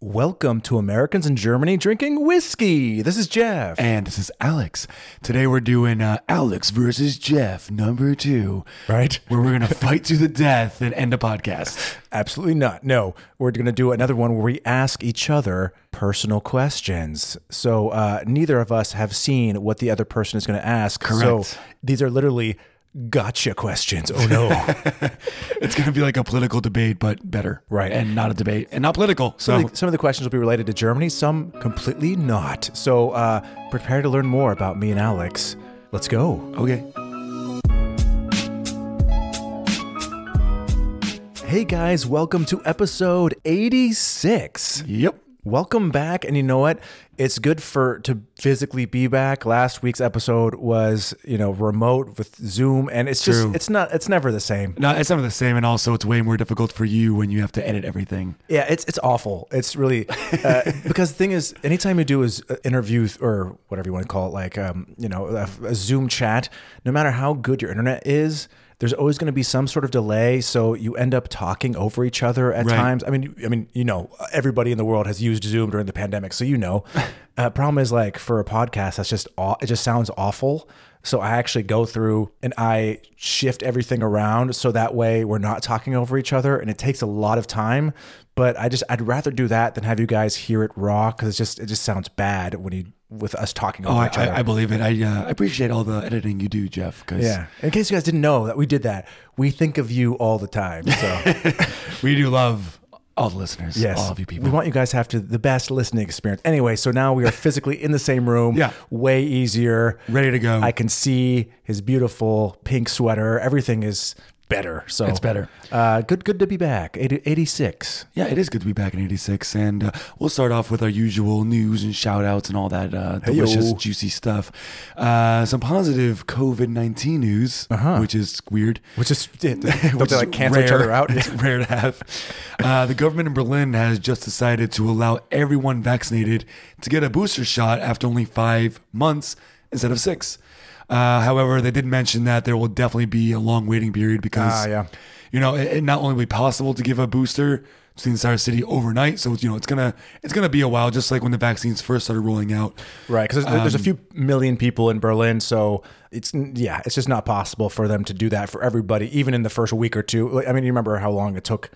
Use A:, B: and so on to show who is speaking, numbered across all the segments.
A: Welcome to Americans in Germany Drinking Whiskey. This is Jeff.
B: And this is Alex. Today we're doing uh, Alex versus Jeff number two,
A: Right?
B: where we're gonna fight to the death and end a podcast.
A: Absolutely not. No, we're going to do another one where we ask each other personal questions. So uh, neither of us have seen what the other person is going to ask. So
B: Correct.
A: these are literally gotcha questions. Oh, no.
B: It's gonna be like a political debate, but better,
A: Right.
B: And not a debate, and not political. So
A: Some of the- some of the questions will be related to Germany, some completely not. So uh, prepare to learn more about me and Alex. Let's go.
B: okay,
A: Hey guys, welcome to episode 86.
B: yep,
A: Welcome back, and you know what? It's good for to physically be back. Last week's episode was, you know, remote with Zoom, and it's
B: True.
A: just it's not it's never the same.
B: no, it's not the same, and also it's way more difficult for you when you have to edit everything.
A: Yeah, it's it's awful. It's really uh, because the thing is, anytime you do is uh, interview th- or whatever you want to call it, like um, you know, a, a Zoom chat. No matter how good your internet is, there's always going to be some sort of delay, so you end up talking over each other at
B: Right.
A: times. I mean, you- I mean, you know, everybody in the world has used Zoom during the pandemic, so you know. Uh, problem is, like for a podcast, that's just aw- it just sounds awful. So I actually go through and I shift everything around so that way we're not talking over each other, and it takes a lot of time. But I just I'd rather do that than have you guys hear it raw because it's just it just sounds bad when you with us talking
B: Oh,
A: over
B: I,
A: each other.
B: I, I believe it. I uh, I appreciate all the editing you do, Jeff. Because
A: yeah. In case you guys didn't know that we did that, we think of you all the time. So.
B: we do love all the listeners,
A: Yes.
B: all of you
A: We
B: people.
A: want you guys to have to, the best listening experience. Anyway, so now we are physically in the same room.
B: Yeah.
A: Way easier.
B: Ready to go.
A: I can see his beautiful pink sweater. Everything is better. So
B: It's better.
A: Uh, good good to be back. 80, 86.
B: Yeah, it is good to be back in 86. And uh, we'll start off with our usual news and shout outs and all that uh, delicious,
A: Heyo.
B: juicy stuff. Uh, some positive COVID 19 news, which is weird.
A: Which is, it, don't
B: Which
A: they
B: is
A: like cancel each
B: rare.
A: other out?
B: It's rare to have. Uh, the government in Berlin has just decided to allow everyone vaccinated to get a booster shot after only five months instead of six. Uh, however, they did mention that there will definitely be a long waiting period because
A: Ah, yeah.
B: you know it, it not only will be possible to give a booster to the entire city overnight, so you know it's gonna it's gonna be a while, just like when the vaccines first started rolling out.
A: Right, because there's,
B: Um,
A: there's a few million people in Berlin, so it's yeah, it's just not possible for them to do that for everybody, even in the first week or two. Like, I mean, you remember how long it took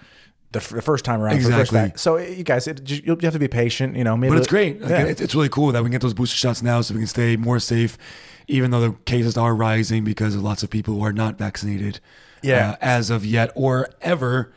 A: the, f- the first time around. For the first
B: Exactly.
A: vac- so eh, you guys, it, ju- you'll have to be patient. You know, maybe
B: But it's great. Like,
A: Yeah.
B: it's, it's really cool that we can get those booster shots now so we can stay more safe, even though the cases are rising because of lots of people who are not vaccinated
A: Yeah.
B: uh, as of yet or ever.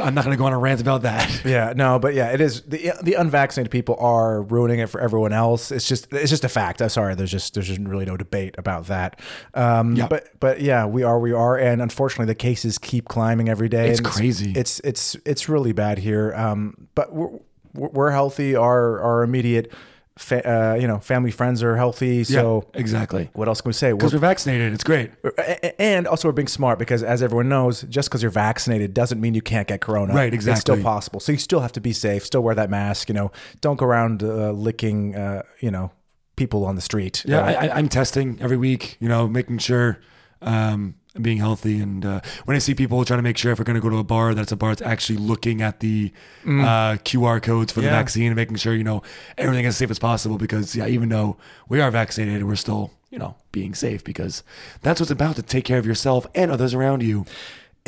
B: I'm not going to go on a rant about that.
A: yeah, no, but yeah, it is the the unvaccinated people are ruining it for everyone else. It's just it's just a fact. I'm sorry, there's just there's just really no debate about that. Um,
B: Yeah.
A: but but yeah, we are we are, and unfortunately, the cases keep climbing every day.
B: It's
A: and
B: crazy.
A: It's it's it's really bad here. Um, but we're we're healthy. Our our immediate, fa- uh, you know, family friends are healthy. So
B: yeah, exactly.
A: what else can we say? We're
B: Because we're vaccinated. It's great.
A: a- a- And also, we're being smart because, as everyone knows, just because you're vaccinated doesn't mean you can't get corona.
B: Right,
A: It's still
B: exactly.
A: possible. So you still have to be safe. Still wear that mask. You know, don't go around uh, licking. Uh, you know, people on the street.
B: Yeah,
A: Uh,
B: I, I, I'm testing every week, you know, making sure um, I'm being healthy. And uh, when I see people trying to make sure if we're going to go to a bar, that's a bar that's actually looking at the uh, QR codes for the
A: Mm. Yeah.
B: vaccine and making sure, you know, everything is safe as possible. Because, yeah, even though we are vaccinated, we're still, you know, being safe because that's what's about to take care of yourself and others around you.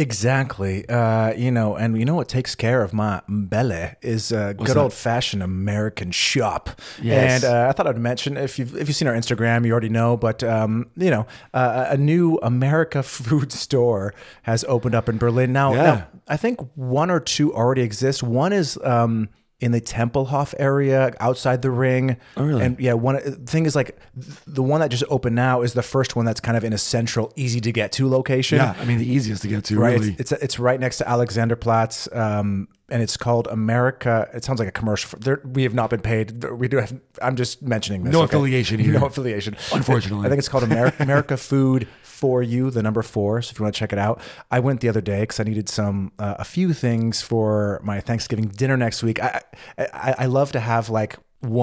A: exactly. Uh, you know, and you know what takes care of my belly is a good old fashioned American shop.
B: Yes.
A: And uh, I thought I'd mention if you've if you've seen our Instagram, you already know, but um, you know, uh, a new America food store has opened up in Berlin now.
B: Yeah.
A: now I think one or two already exist. One is um, in the Tempelhof area outside the ring. Oh,
B: really?
A: And yeah, one the thing is like th- the one that just opened now is the first one that's kind of in a central, easy to get to location.
B: Yeah, I mean, the easiest to get to,
A: Right,
B: really.
A: it's, it's it's right next to Alexanderplatz, um, and it's called America. It sounds like a commercial. For, there, we have not been paid. There- We do have. I'm just mentioning this.
B: No affiliation here.
A: No affiliation.
B: Unfortunately.
A: I think it's called Amer- America Food for You, the number four. So if you want to check it out, I went the other day because I needed some uh, a few things for my Thanksgiving dinner next week. I I, I I love to have like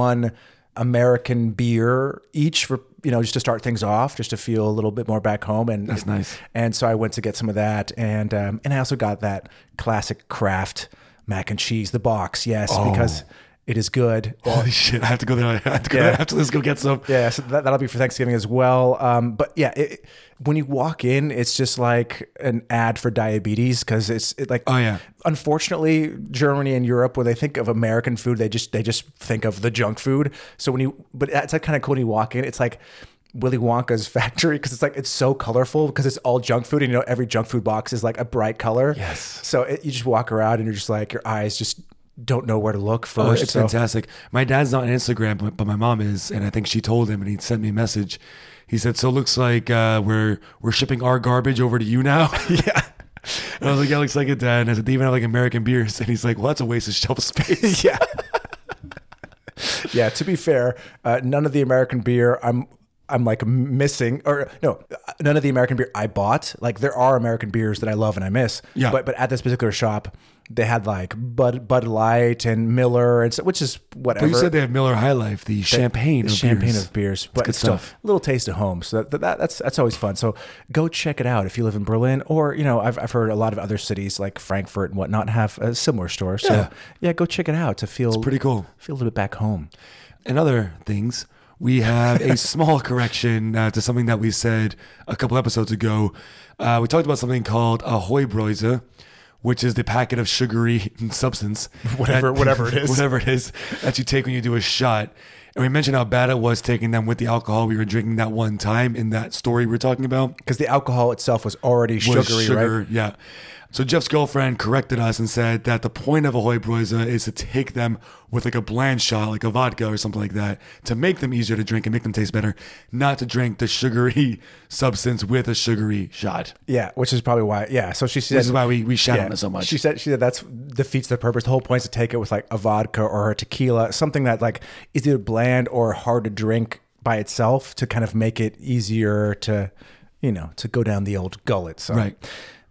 A: one American beer each for you know just to start things off, just to feel a little bit more back home. And
B: That's nice.
A: And so I went to get some of that, and um, and I also got that classic craft mac and cheese, the box, yes,
B: Oh.
A: because it is good.
B: Holy shit! I have to go there. I have to go
A: Yeah.
B: there after this. Go get some.
A: Yeah, so that, that'll be for Thanksgiving as well. Um, but yeah, it, it- when you walk in, it's just like an ad for diabetes because it's it like
B: Oh, yeah.
A: Unfortunately, Germany and Europe, when they think of American food, they just they just think of the junk food. So when you, but that's like kind of cool when you walk in. It's like Willy Wonka's factory because it's like it's so colorful because it's all junk food and you know every junk food box is like a bright color.
B: Yes.
A: So it, you just walk around and you're just like your eyes just don't know where to look first.
B: Oh, it's
A: so-
B: fantastic. My dad's not on Instagram, but, but my mom is, and I think she told him, and he sent me a message. He said, "So it looks like uh, we're we're shipping our garbage over to you now." yeah. And I was like, "Yeah, looks like it, Dad." And I said, "They even have like American beers," and he's like, "Well, that's a waste of shelf space."
A: yeah. yeah. To be fair, uh, none of the American beer I'm I'm like missing or no, none of the American beer I bought. Like there are American beers that I love and I miss.
B: Yeah.
A: But but at this particular shop, they had like Bud Bud Light and Miller and so, which is whatever.
B: But you said they have Miller High Life, the champagne,
A: the
B: of
A: champagne
B: beers.
A: of beers, but
B: good
A: it's still
B: stuff.
A: a little taste of home. So that, that that's that's always fun. So go check it out if you live in Berlin, or you know I've, I've heard a lot of other cities like Frankfurt and whatnot have a similar store. So
B: Yeah.
A: yeah, go check it out to feel
B: Pretty cool.
A: feel a little bit back home.
B: and other things, we have a small correction uh, to something that we said a couple episodes ago. Uh, we talked about something called a Heubrause, which is the packet of sugary substance,
A: Whatever- whatever it is.
B: whatever it is that you take when you do a shot. And we mentioned how bad it was taking them with the alcohol we were drinking that one time in that story we we're talking about
A: Because the alcohol itself was already
B: was
A: sugary,
B: sugar,
A: right?
B: Yeah. So Jeff's girlfriend corrected us and said that the point of a hoibrose is to take them with like a bland shot, like a vodka or something like that, to make them easier to drink and make them taste better, not to drink the sugary substance with a sugary shot.
A: Yeah, which is probably why. Yeah, so she said.
B: This is why we, we shout
A: yeah,
B: on it so much.
A: She said she said that's defeats the purpose. The whole point is to take it with like a vodka or a tequila, something that like is either bland or hard to drink by itself to kind of make it easier to, you know, to go down the old gullet. So
B: Right.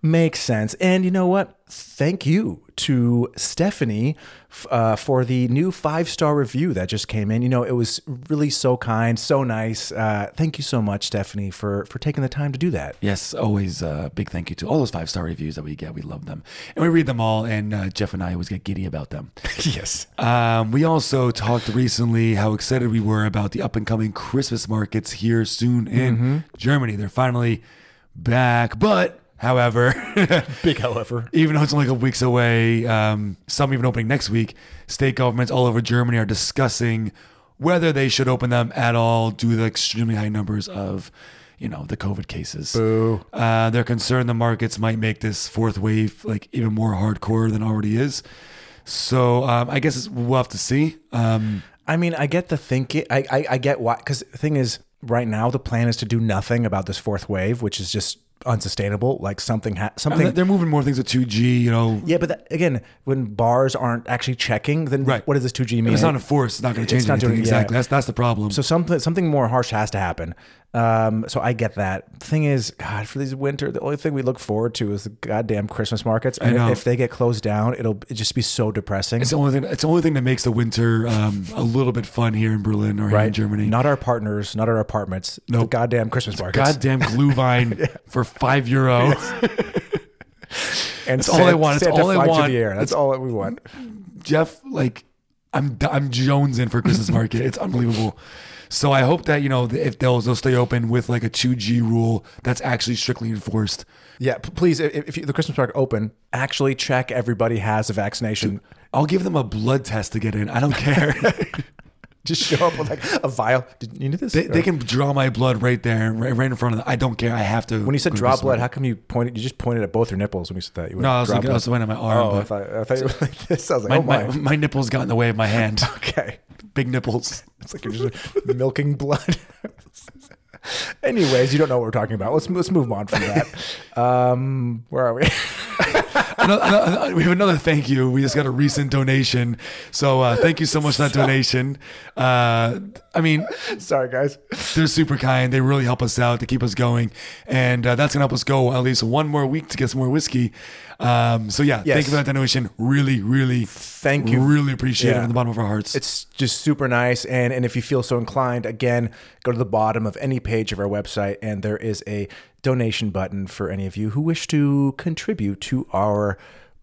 A: makes sense. And you know what? Thank you to Stephanie f- uh, for the new five star review that just came in. You know, it was really so kind, so nice. Uh, thank you so much, Stephanie, for for taking the time to do that.
B: Yes, always a big thank you to all those five star reviews that we get. We love them. And we read them all, and uh, Jeff and I always get giddy about them.
A: yes.
B: Um, we also talked recently how excited we were about the up and coming Christmas markets here soon in Germany. They're finally back, but however,
A: Big however.
B: even though it's only a couple weeks away, um, some even opening next week, state governments all over Germany are discussing whether they should open them at all due to the extremely high numbers of, you know, the COVID cases. Boo. Uh, they're concerned the markets might make this fourth wave like even more hardcore than it already is. So um, I guess it's, we'll have to see. Um,
A: I mean, I get the thinking. I, I, I get why. Because the thing is, right now the plan is to do nothing about this fourth wave, which is just unsustainable. Like something, ha- something.
B: they're moving more things to 2G, you know.
A: yeah, but that, again, when bars aren't actually checking, then
B: Right.
A: what does this two G mean?
B: It's not enforced. It's not going to
A: It's
B: change
A: not
B: anything.
A: doing- yeah.
B: exactly. That's that's the problem.
A: so something something more harsh has to happen. Um, so I get that. Thing is, God, for these winter, the only thing we look forward to is the goddamn Christmas markets. And
B: know.
A: if they get closed down, it'll it just be so depressing.
B: It's the only thing. It's the only thing that makes the winter um, a little bit fun here in Berlin or here in Germany.
A: Not our partners, not our apartments. The
B: Nope.
A: goddamn Christmas markets.
B: Goddamn Glühwein for five euro.
A: and that's
B: all I want. It's all I want.
A: That's all that we want.
B: Jeff, like, I'm I'm jonesing for Christmas market. it's unbelievable. So I hope that you know if they'll they'll stay open with like a two G rule that's actually strictly enforced.
A: Yeah, p- please. If, if you, the Christmas market open, actually check everybody has a vaccination.
B: I'll give them a blood test to get in. I don't care.
A: Just show up with like a vial. Did you know this?
B: they, they can draw my blood right there, right, right in front of them. I don't care. I have to.
A: when you said draw blood, how come you pointed? You just pointed at both your nipples when you said that. You went,
B: no, I was
A: "Draw
B: like, I
A: blood."
B: was pointing at my arm.
A: Oh, I
B: but
A: thought, I thought you were like this. I was like,
B: my,
A: oh my.
B: my, my nipples got in the way of my hand.
A: Okay.
B: Big nipples.
A: It's like you're just milking blood. Anyways, you don't know what we're talking about. Let's let's move on from that. Um, where are we?
B: Ano- ano- ano- we have another thank you. We just got a recent donation, so uh, thank you so much for that donation. Uh, I mean,
A: Sorry, guys.
B: they're super kind. They really help us out to keep us going, and uh, that's gonna help us go at least one more week to get some more whiskey. Um, so yeah,
A: Yes.
B: thank you for that donation. Really, really,
A: Thank you.
B: Really appreciate it
A: Yeah.
B: from the bottom of our hearts.
A: It's just super nice. And, and if you feel so inclined, again, go to the bottom of any page of our website, and there is a donation button for any of you who wish to contribute to our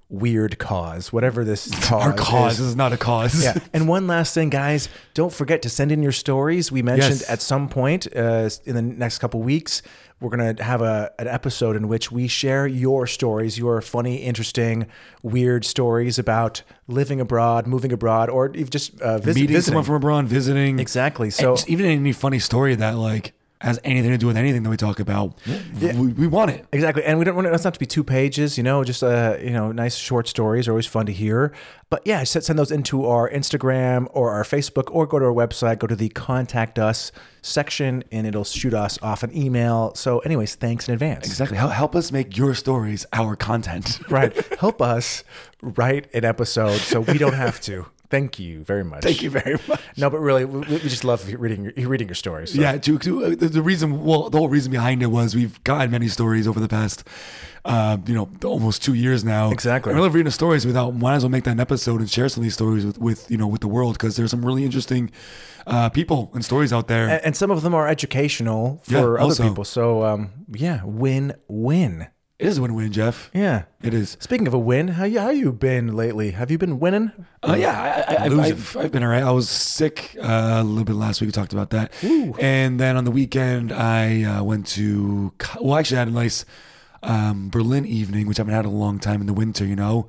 A: weird cause, whatever this cause,
B: Our cause
A: is.
B: is not a cause.
A: Yeah. And one last thing, guys, don't forget to send in your stories. We mentioned
B: Yes.
A: at some point uh, in the next couple weeks, we're going to have a, an episode in which we share your stories, your funny, interesting, weird stories about living abroad, moving abroad, or if just uh, visit,
B: Meeting
A: visiting.
B: someone from abroad, visiting.
A: exactly.
B: So
A: So
B: just even any funny story that like has anything to do with anything that we talk about, we, we want it.
A: Exactly, and we don't want it, it's not to be two pages, you know. Just uh, you know, nice short stories are always fun to hear. But yeah, s- send those into our Instagram or our Facebook, or go to our website. Go to the contact us section, and it'll shoot us off an email. So, anyways, thanks in advance.
B: Exactly. Help, help us make your stories our content.
A: Right, help us write an episode so we don't have to. Thank you very much.
B: Thank you very much.
A: No, but really, we, we just love reading your, reading your stories. so.
B: Yeah, to, to, uh, the, the reason, well, the whole reason behind it was we've gotten many stories over the past, uh, you know, almost two years now.
A: Exactly.
B: I love reading the stories without, might as well make that an episode and share some of these stories with, with you know, with the world because there's some really interesting uh, people and stories out there.
A: and, and some of them are educational for
B: Yeah,
A: other
B: also.
A: people. So, um, yeah, win win.
B: it is a win win, Jeff.
A: Yeah.
B: It is.
A: Speaking of a win, how you how you been lately? Have you been winning?
B: Uh, yeah, I, I, I've, I've, I've been all right. I was sick uh, a little bit last week. We talked about that. And then on the weekend, I uh, went to, co- well, actually, I had a nice um, Berlin evening, which I haven't had in a long time in the winter, you know?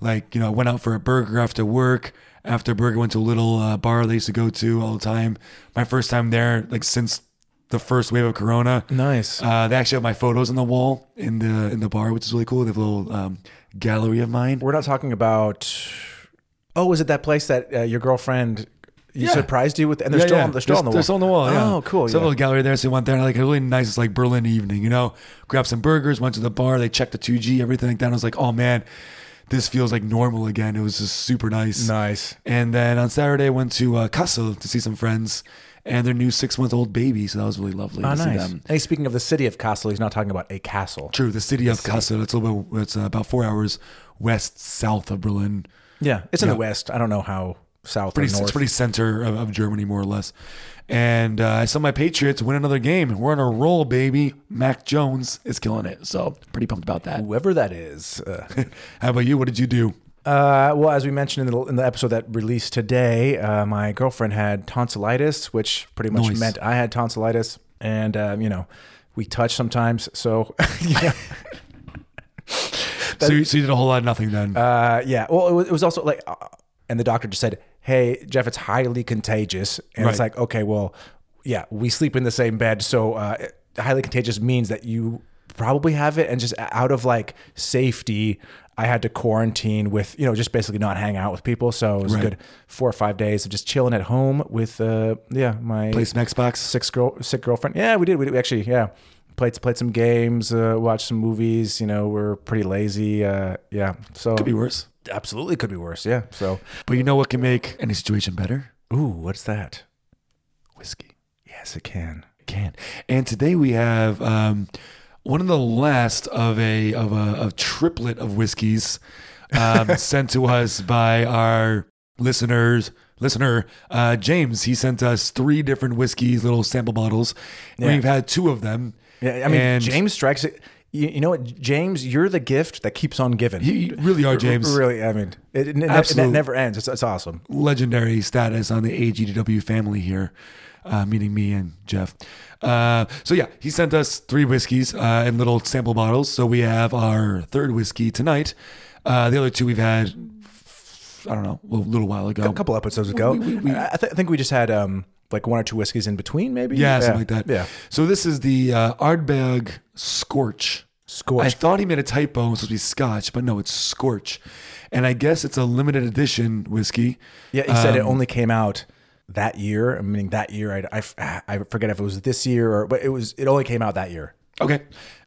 B: Like, you know, I went out for a burger after work. After burger, went to a little uh, bar they used to go to all the time. My first time there, like, since the first wave of Corona.
A: Nice.
B: Uh, they actually have my photos on the wall in the in the bar, which is really cool. They have a little um, gallery of mine.
A: We're not talking about. Oh, was it that place that uh, your girlfriend you
B: Yeah.
A: surprised you with? And they're still on they're still on the wall.
B: They're still on the wall. Yeah.
A: Oh, cool.
B: So a
A: yeah.
B: little gallery there. So we went there and like a really nice like Berlin evening. You know, grabbed some burgers, went to the bar. They checked the two G, everything like that. And I was like, oh man, this feels like normal again. It was just super nice.
A: Nice.
B: And then on Saturday, I went to uh, Kassel to see some friends and their new six month old baby. So that was really lovely
A: Oh,
B: to see
A: nice.
B: them.
A: Hey, speaking of the city of Castle, he's not talking about a castle.
B: True, the city of Kassel. It's a little bit. It's uh, about four hours west south of Berlin.
A: Yeah, it's in the west. I don't know how south
B: pretty,
A: or north.
B: it's pretty center of, of Germany, more or less. And uh, I saw my Patriots win another game. We're on a roll, baby. Mac Jones is killing it. So pretty pumped about that.
A: Whoever that is. Uh,
B: How about you? What did you do?
A: Uh, well, as we mentioned in the, in the episode that released today, uh, my girlfriend had tonsillitis, which pretty much
B: Nice.
A: meant I had tonsillitis, and um, you know, we touch sometimes. So, yeah,
B: so, you, so you did a whole lot of nothing then.
A: uh, yeah. Well, it was, it was also like, uh, and the doctor just said, "Hey, Jeff, it's highly contagious," and it's
B: Right.
A: like, okay, well, yeah, we sleep in the same bed, so uh, it- highly contagious means that you probably have it, and just uh, out of like safety. I had to quarantine with, you know, just basically not hang out with people. So it was
B: Right.
A: good four or five days of just chilling at home with uh yeah my
B: Play some Xbox.
A: six girl sick girlfriend yeah we did we, did- we actually yeah played played some games uh, watched some movies you know we're pretty lazy uh yeah so
B: Could be worse.
A: absolutely could be worse yeah so
B: But you know what can make any situation better?
A: ooh what's that
B: Whiskey.
A: yes it can
B: Can. And today we have um, one of the last of a of a, a triplet of whiskeys um, sent to us by our listeners. Listener uh, James, he sent us three different whiskeys, little sample bottles. And
A: Yeah.
B: We've had two of them.
A: yeah I mean
B: And
A: James strikes it you, you know what James you're the gift that keeps on giving
B: You you really are James.
A: really I mean it, it, it,
B: Absolute.
A: never ends it's, it's awesome
B: legendary status on the AGDW family here, uh, meaning me and Jeff. Uh, so yeah, he sent us three whiskeys uh, in little sample bottles. So we have our third whiskey tonight. Uh, the other two we've had, I don't know, a little while ago.
A: a couple episodes ago I, I th- I think we just had um like one or two whiskeys in between maybe
B: Yeah, something like that.
A: yeah
B: So this is the uh, Ardbeg Scorch. I
A: scorch
B: thought he made a typo. It's supposed to be Scotch, but no, it's Scorch. And I guess it's a limited edition whiskey.
A: Yeah, he
B: um,
A: said it only came out that year. I mean, that year, I, I f- I forget if it was this year or, but it was, it only came out that year.
B: Okay.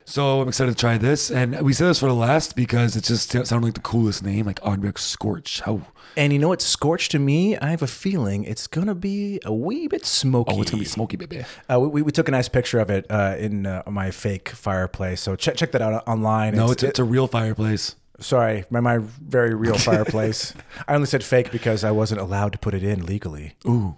B: So I'm excited to try this. And we said this for the last because it just sounded like the coolest name, like Ardbeg Scorch. How
A: And you know what? Scorched to me, I have a feeling it's going to be a wee bit smoky.
B: oh, it's gonna be smoky, baby.
A: Uh, we, we took a nice picture of it uh, in uh, my fake fireplace. So check, check that out online.
B: No, it's, it's a real fireplace.
A: sorry, my, my very real fireplace. I only said fake because I wasn't allowed to put it in legally.
B: Ooh.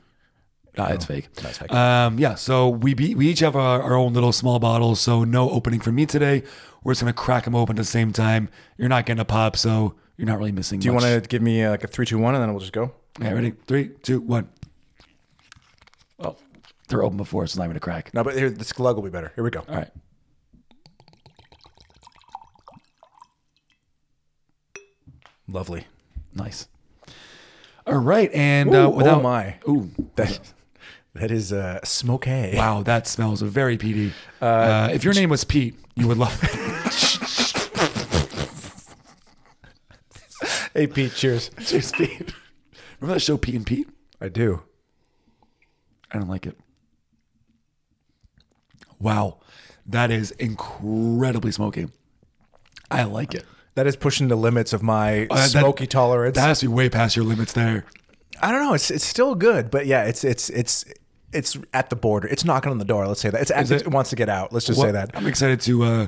B: Nah, it's fake.
A: Oh, it's fake.
B: Um, yeah, so we be, we each have our, our own little small bottles, so no opening for me today. We're just gonna crack them open at the same time. You're not getting a pop, so you're not really missing.
A: Do you want to give me uh, like a three, two, one, and then we'll just go?
B: Yeah, ready? Three, two, one. Oh, they're open before, so it's not even a crack.
A: No, but here, the glug will be better. Here we go.
B: All right.
A: Lovely.
B: Nice. All right, and
A: Ooh,
B: uh, without
A: oh my.
B: ooh,
A: That, that is uh, smoke. Wow.
B: wow, that smells very peaty. Uh, if your name was Pete, you would love it.
A: Hey, Pete, cheers.
B: Cheers, Pete. Remember that show Pete and Pete?
A: I do.
B: I don't like it. Wow, that is incredibly smoky. I like it.
A: That is pushing the limits of my
B: Uh, that-
A: smoky tolerance.
B: That has to be way past your limits there.
A: I don't know. It's it's still good, but yeah, it's it's it's it's at the border. It's knocking on the door. Let's say that. It's at,
B: it-
A: it wants to get out. Let's just
B: Well,
A: say that.
B: I'm excited to uh,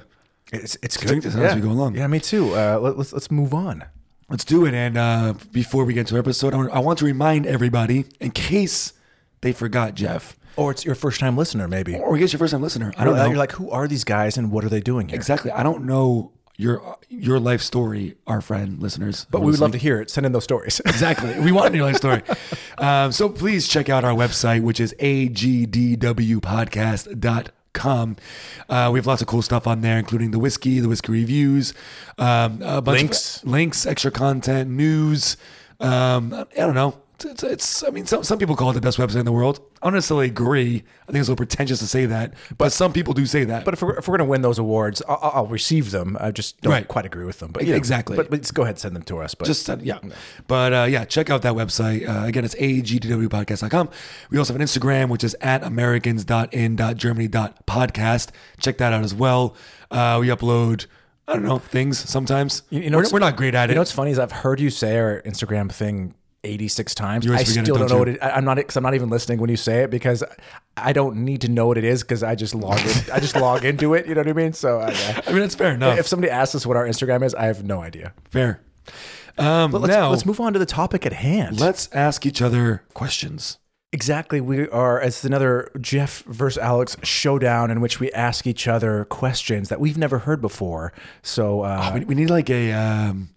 A: It's it's good.
B: drink this as
A: yeah.
B: we go along.
A: Yeah, me too. Uh, let, let's let's move on.
B: Let's do it. And uh, before we get to our episode, I want- I want to remind everybody, in case they forgot Jeff,
A: Or it's your first time listener, maybe.
B: or in case you're a first time listener, I don't know.
A: You're like, who are these guys and what are they doing here?
B: exactly. I don't know your your life story, our friend listeners.
A: But we would love to hear it. Send in those stories.
B: Exactly. We want a new life story. Um, so please check out our website, which is agdwpodcast.com. Uh, we have lots of cool stuff on there, including the whiskey, the whiskey reviews, um, a bunch
A: Links.
B: of links, extra content, news. Um, I don't know. It's, it's, it's- I mean, some, some people call it the best website in the world. I don't necessarily agree. I think it's a little pretentious to say that, but, some people do say that.
A: but if we're, if we're going to win those awards, I'll, I'll- I'll receive them. I just don't
B: Right.
A: quite agree with them. But you know,
B: Exactly.
A: But, but just go ahead and send them to us. But
B: just uh, yeah but uh, yeah check out that website uh, again it's agdwpodcast.com we also have an instagram which is at americans.in.germany.podcast check that out as well uh, we upload i don't know things sometimes
A: you know
B: we're,
A: what's-
B: we're not great at
A: You
B: it
A: know what's funny is I've heard you say our Instagram thing 86 times. I
B: always forget
A: still don't,
B: it, don't
A: know
B: you?
A: what it I- I'm not because I'm not even listening when you say it because I don't need to know what it is because I just log in. I just log into it. You know what I mean? So uh, yeah.
B: i mean it's fair enough
A: if somebody asks us what our Instagram is, I have no idea.
B: fair um,
A: Let's,
B: now
A: let's move on to the topic at hand.
B: let's ask each other questions
A: Exactly. We are, it's another Jeff versus Alex showdown in which we ask each other questions that we've never heard before. So, uh,
B: we, we need like a um,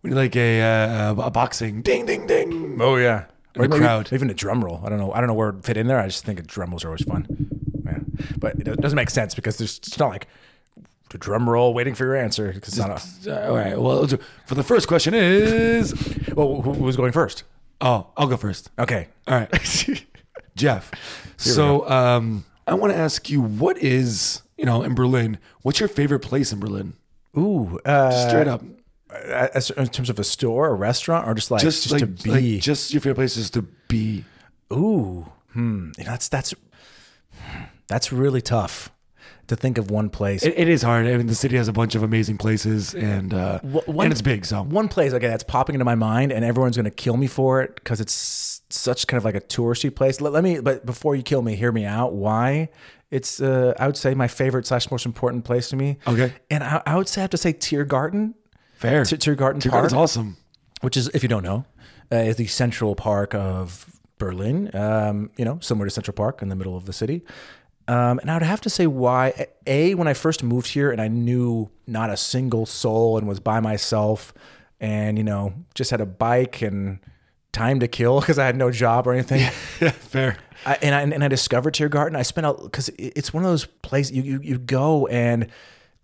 B: we need like a, uh, a boxing ding ding ding
A: oh, yeah. Or
B: a
A: maybe-
B: crowd.
A: Even a drum roll. I don't know. I don't know where it fit in there. I just think drum rolls are always fun. Yeah. But it doesn't make sense because there's, it's not like a drum roll waiting for your answer. 'cause it's not
B: Uh, all right well let's do- for the first question is
A: a, well, who, who's going first?
B: oh i'll go first
A: Okay.
B: All right. Jeff. So um, I want to ask you what is, you know, in Berlin, what's your favorite place in Berlin?
A: Ooh. Uh,
B: Straight up.
A: as, in terms of a store, a restaurant, or just like just,
B: Just, like,
A: to be.
B: like, just your favorite place is to be.
A: Ooh, hmm. You know, that's that's that's really tough to think of one place.
B: It, it is hard. I mean, the city has a bunch of amazing places and uh,
A: one-
B: and it's big. So
A: one place, okay, that's popping into my mind, and everyone's gonna kill me for it because it's such kind of like a touristy place. Let, let me, but before you kill me, hear me out. Why? It's uh, I would say my favorite slash most important place to me.
B: Okay.
A: and I, I would say I have to say Tiergarten,
B: fair.
A: T- Tiergarten Park,
B: It's awesome.
A: which is if you don't know, uh, is the central park of Berlin. Um, you know, similar to Central Park in the middle of the city. Um, and I would have to say why a when I first moved here and I knew not a single soul and was by myself and you know just had a bike and time to kill because I had no job or anything.
B: Yeah, fair.
A: I, and I and I discovered Tiergarten. I spent out because it's one of those places you, you you go and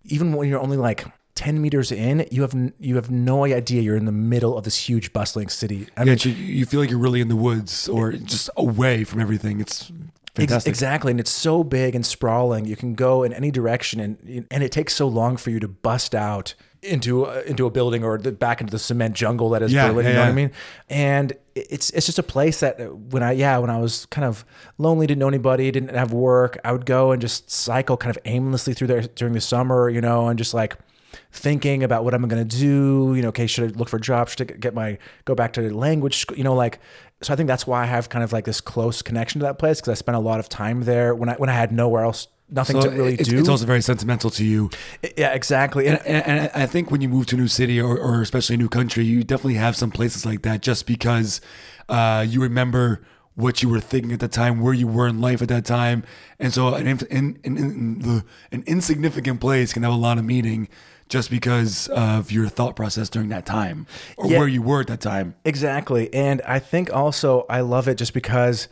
A: even when you're only like ten meters in, you have n- you have no idea you're in the middle of this huge bustling city. I mean,
B: Yeah, you, you feel like you're really in the woods or just away from everything. It's
A: ex-
B: fantastic.
A: exactly, and it's so big and sprawling. You can go in any direction, and and it takes so long for you to bust out into a, into a building or the, back into the cement jungle that is
B: Yeah,
A: Berlin.
B: yeah,
A: you know what I
B: yeah.
A: mean? And it's it's just a place that uh, when I yeah when I was kind of lonely, didn't know anybody, didn't have work, I would go and just cycle kind of aimlessly through there during the summer, you know, and just like thinking about what I'm going to do, you know, okay, should I look for a job, should I get my go back to language, school, you know, like so I think that's why I have kind of like this close connection to that place because I spent a lot of time there when I when I had nowhere else, nothing
B: So
A: to really
B: it's,
A: do.
B: it's also very sentimental to you.
A: yeah, exactly. And
B: and, and I think when you move to a new city or, or especially a new country, you definitely have some places like that just because uh, you remember what you were thinking at the time, where you were in life at that time. And so an, inf- in, in, in the, an insignificant place can have a lot of meaning just because of your thought process during that time or
A: Yeah.
B: where you were at that time.
A: Exactly. And I think also I love it just because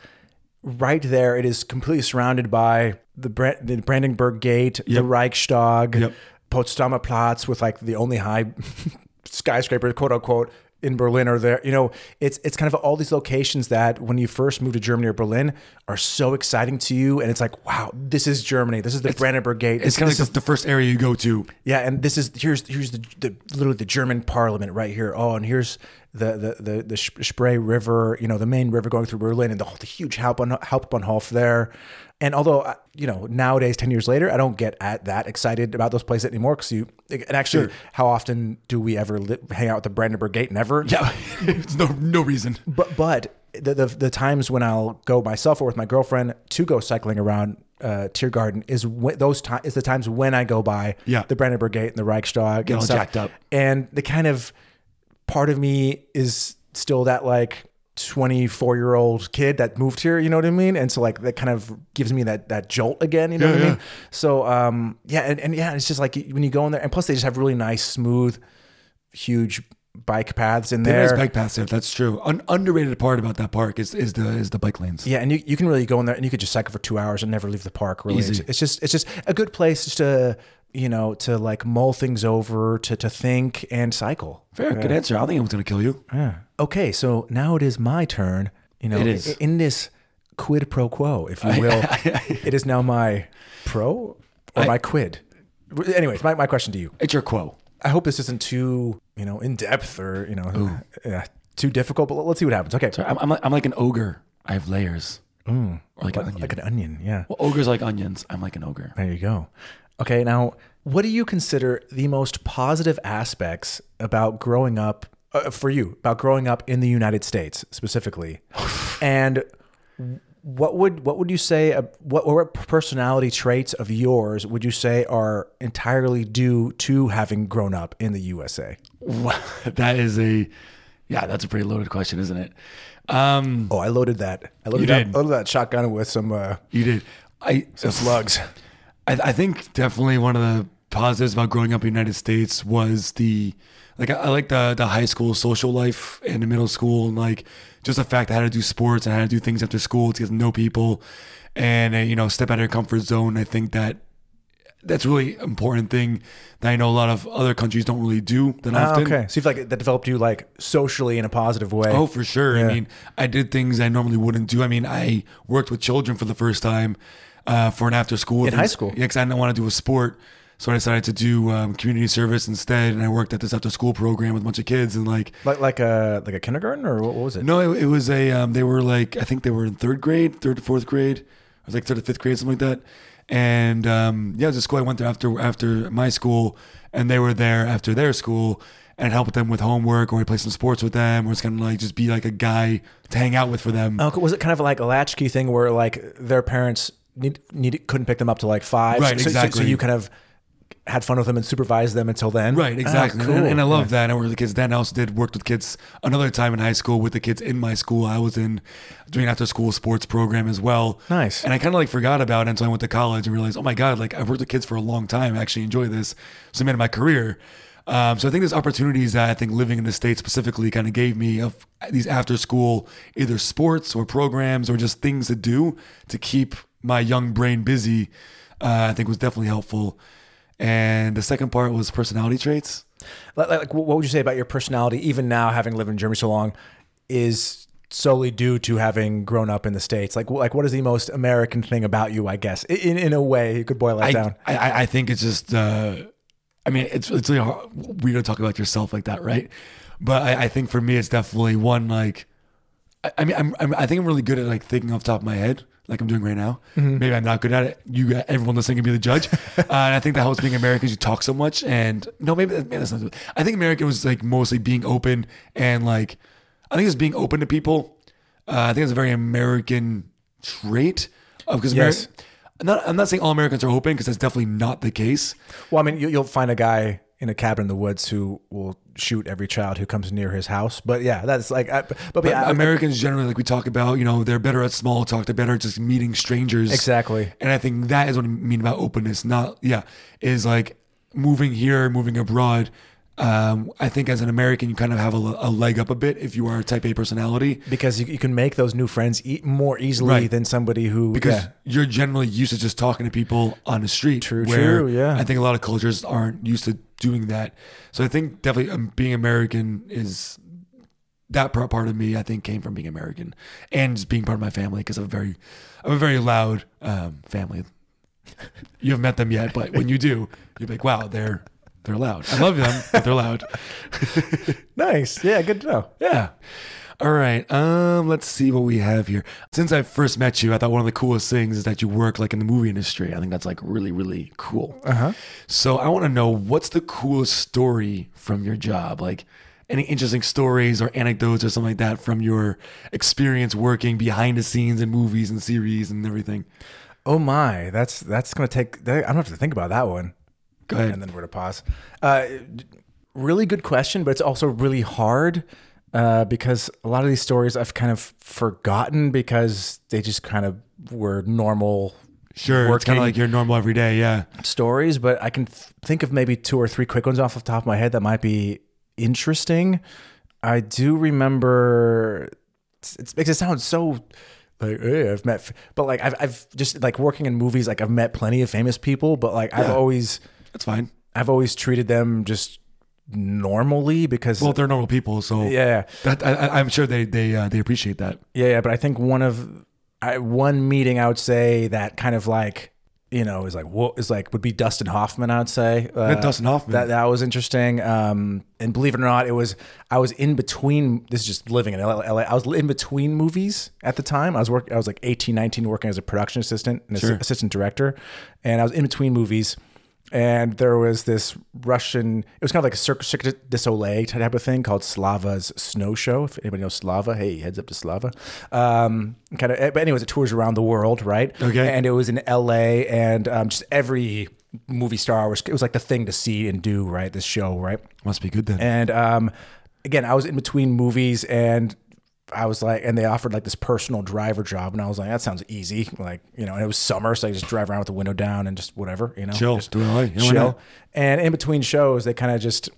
A: right there it is completely surrounded by the, Bra- the Brandenburg Gate, the Reichstag,
B: Yep.
A: Potsdamer Platz with like the only high skyscraper, quote unquote, in Berlin or there. You know, it's it's kind of all these locations that when you first move to Germany or Berlin are so exciting to you and it's like, wow, this is Germany. This is the Brandenburg Gate.
B: It's kind of like the, the first area you go to.
A: Yeah, and this is here's here's the, the literally the German Parliament right here. Oh, and here's the the the, the Sch- Spree River, you know, the main river going through Berlin, and the, whole- the huge Hauptbahnhof, Hauptbahnhof there. And although I- you know nowadays, ten years later, I don't get at that excited about those places anymore because you and actually, how often do we ever li- hang out at the Brandenburg Gate? Never.
B: Yeah, it's no no reason.
A: But but the, the the times when I'll go myself or with my girlfriend to go cycling around uh, Tiergarten is when, those time is the times when I go by
B: Yeah.
A: the Brandenburg Gate and the Reichstag and
B: all
A: stuff.
B: jacked up.
A: And the kind of part of me is still that like 24 year old kid that moved here, you know what I mean? And so like that kind of gives me that that jolt again, you know what I mean? So um yeah, and, and yeah, it's just like when you go in there and plus they just have really nice, smooth, huge bike paths in there.
B: There is bike paths there. That's true. An underrated part about that park is is the is the bike lanes.
A: Yeah, and you, you can really go in there and you could just cycle for two hours and never leave the park. Really,
B: Easy.
A: It's, it's just it's just a good place just to you know to like mull things over, to to think and cycle.
B: Fair, good answer. I don't think anyone's gonna kill you.
A: Yeah. Okay, so now it is my turn. You know,
B: It is.
A: i- in this quid pro quo, if you will, it is now my pro or my quid. Anyways, my, my question to you.
B: It's your quo.
A: I hope this isn't too you know in depth or you know yeah, too difficult, but let's see what happens. Okay,
B: Sorry, I'm, I'm, like, I'm like an ogre. I have layers. Or like an onion.
A: like an onion. Yeah.
B: Well, ogres like onions. I'm like an ogre.
A: There you go. Okay, now what do you consider the most positive aspects about growing up uh, for you about growing up in the United States specifically, and what would what would you say uh, what what personality traits of yours would you say are entirely due to having grown up in the USA?
B: Wow, that is a, yeah, that's a pretty loaded question, isn't it? Um,
A: Oh, I loaded that. I loaded,
B: You
A: that,
B: did.
A: loaded that shotgun with some uh,
B: you did. I,
A: slugs.
B: I, I think definitely one of the positives about growing up in the United States was the like I, I like the the high school social life and the middle school and like just the fact that I had to do sports and I had to do things after school to get to know people and uh, you know step out of your comfort zone. I think that that's really important thing that I know a lot of other countries don't really do that
A: Ah,
B: often.
A: okay, so you feel like that developed you like socially in a positive way.
B: Oh, for sure. I mean, I did things I normally wouldn't do. I mean, I worked with children for the first time uh, for an after school
A: In high school?
B: Yeah, because I didn't want to do a sport, so I decided to do um, community service instead. And I worked at this after school program with a bunch of kids and like.
A: like like a like a kindergarten or what what was it?
B: No, it, it was a. Um, they were like I think they were in third grade, third to fourth grade. It was like third to fifth grade, something like that. And um, yeah, it was a school I went to after after my school, and they were there after their school, and I'd help them with homework, or I play some sports with them, or it's kind of like just be like a guy to hang out with for them.
A: Oh, was it kind of like a latchkey thing where like their parents need, need couldn't pick them up to like five?
B: Right,
A: So- so, so- So,
B: exactly.
A: you kind of had fun with them and supervised them until then.
B: Right,
A: Ah,
B: exactly. And-
A: cool.
B: and, I love that. I worked with the kids then. I also did worked with kids another time in high school with the kids in my school. I was in doing after school sports program as well.
A: Nice.
B: And I kind of like forgot about it until I went to college and realized, oh my God, like I've worked with kids for a long time. I actually enjoy this. So I made it my career. Um, so I think there's opportunities that I think living in the States specifically kind of gave me of these after school, either sports or programs or just things to do to keep my young brain busy, uh, I think was definitely helpful. And the second part was personality traits.
A: Like, like, like, what would you say about your personality, even now having lived in Germany so long, is solely due to having grown up in the states? Like, wh- like what is the most American thing about you? I guess I- in in a way you could boil that
B: I,
A: down.
B: I- I, I think it's just, uh, I mean, it's, it's really hard, weird to talk about yourself like that, right? But I, I think for me, it's definitely one like, I, I mean, I'm, I'm, I think I'm really good at like thinking off the top of my head, like I'm doing right now. Maybe I'm not good at it. You, everyone listening can be the judge. uh, and I think that helps being American. is You talk so much, and no, maybe, that- maybe that's not. I think American was like mostly being open and like, I think it's being open to people. Uh, I think it's a very American trait of because
A: Yes.
B: I'm not, I'm not saying all Americans are open because that's definitely not the case.
A: Well, I mean, you, you'll find a guy in a cabin in the woods who will shoot every child who comes near his house. But yeah, that's like, I, but, but yeah, I-
B: Americans generally, like we talk about, you know, they're better at small talk. They're better at just meeting strangers.
A: Exactly.
B: And I think that is what I mean about openness. Not yeah, is like moving here, moving abroad, um, I think as an American, you kind of have a, a leg up a bit if you are a type A personality
A: because you, you can make those new friends e- more easily
B: Right.
A: than somebody who
B: because
A: yeah.
B: you're generally used to just talking to people on the street.
A: True,
B: where
A: true, yeah.
B: I think a lot of cultures aren't used to doing that. So I think definitely um, being American is that part part of me. I think came from being American and just being part of my family because I'm very, I'm a very loud um, family. You haven't met them yet, but when you do, you're like, wow, they're they're loud. I love them, but they're loud.
A: nice. Yeah, good to know.
B: Yeah. All right. Um, let's see what we have here. Since I first met you, I thought one of the coolest things is that you work like in the movie industry. I think that's like really, really cool. Uh-huh. So I want to know what's the coolest story from your job? Like any interesting stories or anecdotes or something like that from your experience working behind the scenes in movies and series and everything.
A: Oh my, that's that's gonna take. That, I don't have to think about that one.
B: Go ahead.
A: And then we're to pause. Uh, really good question, but it's also really hard uh, because a lot of these stories I've kind of forgotten because they just kind of were normal
B: Sure. It's
A: Working-
B: kind of like your normal everyday. Yeah.
A: stories, but I can th- think of maybe two or three quick ones off the top of my head that might be interesting. I do remember it's- it makes it sound so like eh, I've met, f-" but like I've, I've just like working in movies, like I've met plenty of famous people, but like I've always
B: That's fine.
A: I've always treated them just normally because
B: Well, they're normal people. So
A: yeah,
B: that, I- I, I'm sure they, they, uh, they appreciate that.
A: Yeah, yeah, but I think one of I, one meeting I would say that kind of like you know is like what is like would be Dustin Hoffman. I would say uh,
B: Dustin Hoffman.
A: That that was interesting. Um, and believe it or not, it was I was in between. This is just living in LA, LA. I was in between movies at the time. I was work. I was like 18, 19, working as a production assistant and assi- assistant director, and I was in between movies. And there was this Russian. It was kind of like a Cirque, Cirque du Soleil type of thing called Slava's Snow Show. If anybody knows Slava, hey, heads up to Slava. Um, kind of. But anyways, it tours around the world, right?
B: Okay.
A: And and it was in LA, and um, just every movie star was it was like the thing to see and do, right? This show, right?
B: Must be good then.
A: And um, again, I was in between movies, and I was like, and they offered like this personal driver job, and I was like, that sounds easy, like you know. And it was summer, so I just drive around with the window down and just whatever, you know,
B: Chill.
A: just
B: Do it all right. You know, why
A: chill.
B: not?
A: And in between shows, they kind of just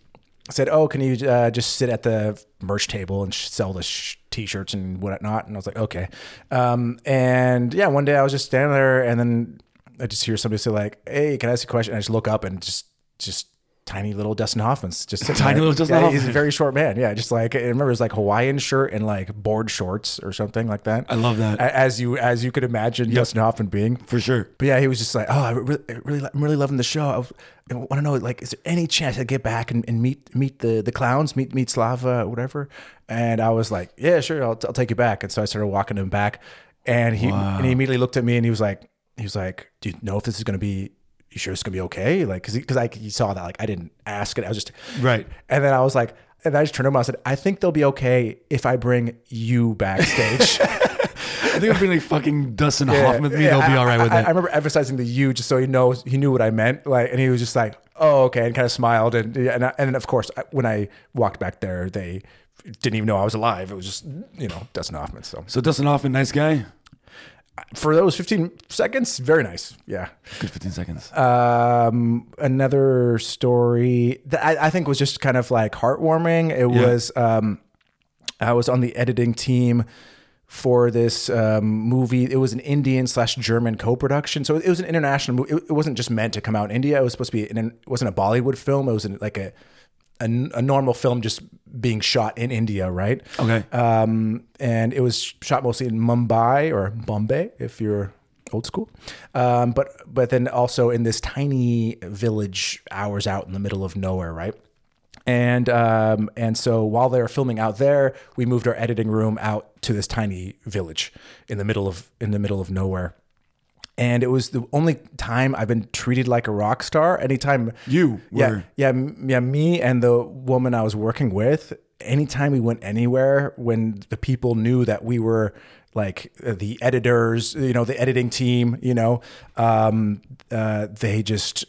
A: said, "Oh, can you uh, just sit at the merch table and sh- sell the sh- t-shirts and whatnot?" And I was like, "Okay." Um, and yeah, one day I was just standing there, and then I just hear somebody say, "Like, hey, can I ask you a question?" And I just look up and just just tiny little Dustin Hoffman's just sitting
B: Tiny
A: there.
B: little Dustin
A: Yeah, He's
B: Hoffman.
A: a very short man. Yeah, just like I remember it was like Hawaiian shirt and like board shorts or something like that.
B: I love that.
A: A- As you as you could imagine Dustin Hoffman being.
B: For sure.
A: But yeah, he was just like, "Oh, I really, I really I'm really loving the show. I, want to know, like, is there any chance I get back and, and meet meet the the clowns, meet meet Slava, or whatever?" And I was like, "Yeah, sure, I'll, I'll take you back." And so I started walking him back, and he and he immediately looked at me and he was like, he was like, "Do you know if this is gonna be?" You sure it's gonna be okay? Like, cause, he, cause I he saw that. Like, I didn't ask it. I was just
B: Right.
A: And then I was like, and I just turned to him. I said, I think they'll be okay if I bring you backstage.
B: I think if we like fucking Dustin Hoffman with me,
A: Yeah,
B: they'll be
A: I-
B: all right with
A: I, I
B: that.
A: remember emphasizing the "you" just so he knows he knew what I meant. Like, and he was just like, "Oh, okay," and kind of smiled. And yeah, and I, and of course, I, when I walked back there, they didn't even know I was alive. It was just you know Dustin Hoffman. So
B: so Dustin Hoffman, nice guy.
A: for those 15 seconds, very nice. Yeah.
B: Good 15 seconds.
C: Uh,
A: Um, another story that I, I think was just kind of like heartwarming. It was um, I was on the editing team for this um, movie. It was an Indian slash German co-production, so it was an international movie. It, it wasn't just meant to come out in India. It was supposed to be. An, it wasn't a Bollywood film. It was an, like a, a a normal film just being shot in India, right?
B: okay.
C: uh,
A: um, and it was shot mostly in Mumbai or Bombay, if you're old school. Um, but but then also in this tiny village, hours out in the middle of nowhere, right? And um, and so while they were filming out there, we moved our editing room out to this tiny village in the middle of in the middle of nowhere. And it was the only time I've been treated like a rock star. Anytime
B: You
A: yeah,
B: were-
A: yeah, m- yeah. Me and the woman I was working with. Anytime we went anywhere, when the people knew that we were like uh, the editors, you know, the editing team, you know, um, uh, they just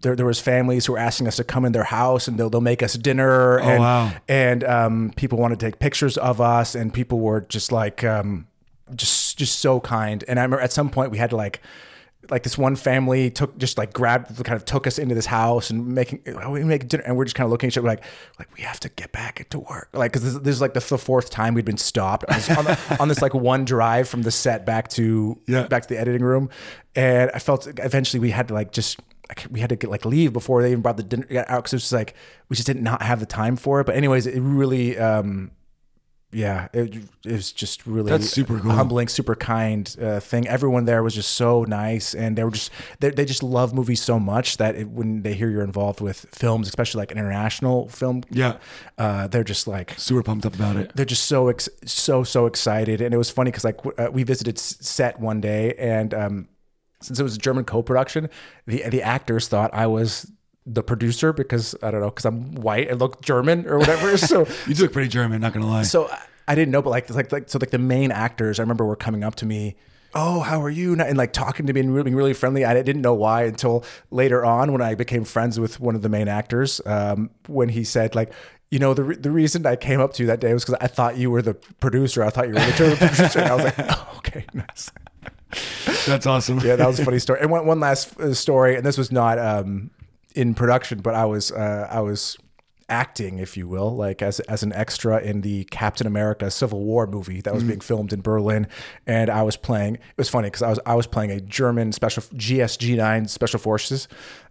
A: there there was families who were asking us to come in their house and they'll they'll make us dinner. and,
B: wow.
A: And um, people wanted to take pictures of us, and people were just like. Um, just just so kind. And I remember at some point we had to like like this one family took just like grabbed kind of took us into this house and making oh, we make dinner and we're just kind of looking at each other like like we have to get back to work like because this, this is like the, the fourth time we'd been stopped on this, on, the, on this like one drive from the set back to
B: Yeah.
A: back to the editing room and I felt eventually we had to like just I c- we had to get like leave before they even brought the dinner got out because it was just like we just did not have the time for it but anyways it really um yeah, it, it was just really
B: That's super cool.
A: humbling, super kind uh, thing. Everyone there was just so nice, and they were just they, they just love movies so much that it, when they hear you're involved with films, especially like international film,
B: Yeah.
A: uh, they're just like
B: Super pumped up about it.
A: they're just so ex- so so excited and it was funny because like w- uh, we visited S- set one day and um since it was a german co-production the the actors thought i was the producer because i don't know because i'm white and look german or whatever so
B: You do look pretty German, not gonna lie.
A: so I- I didn't know, but like, like, like, so like the main actors, I remember were coming up to me, oh, how are you? And, I- and, like talking to me and really, being really friendly. I didn't know why until later on when I became friends with one of the main actors. Um, when he said like, you know, the re- the reason I came up to you that day was because I thought you were the producer. I thought you were the German producer. And I was like, oh, okay, nice.
B: That's awesome.
A: Yeah, that was a funny story. And one, one last uh, story, and this was not um, in production, but I was uh, I was acting, if you will, like as as an extra in the Captain America Civil War movie that was being filmed in Berlin, and I was playing. It was funny because I was I was playing a German special GSG nine special forces.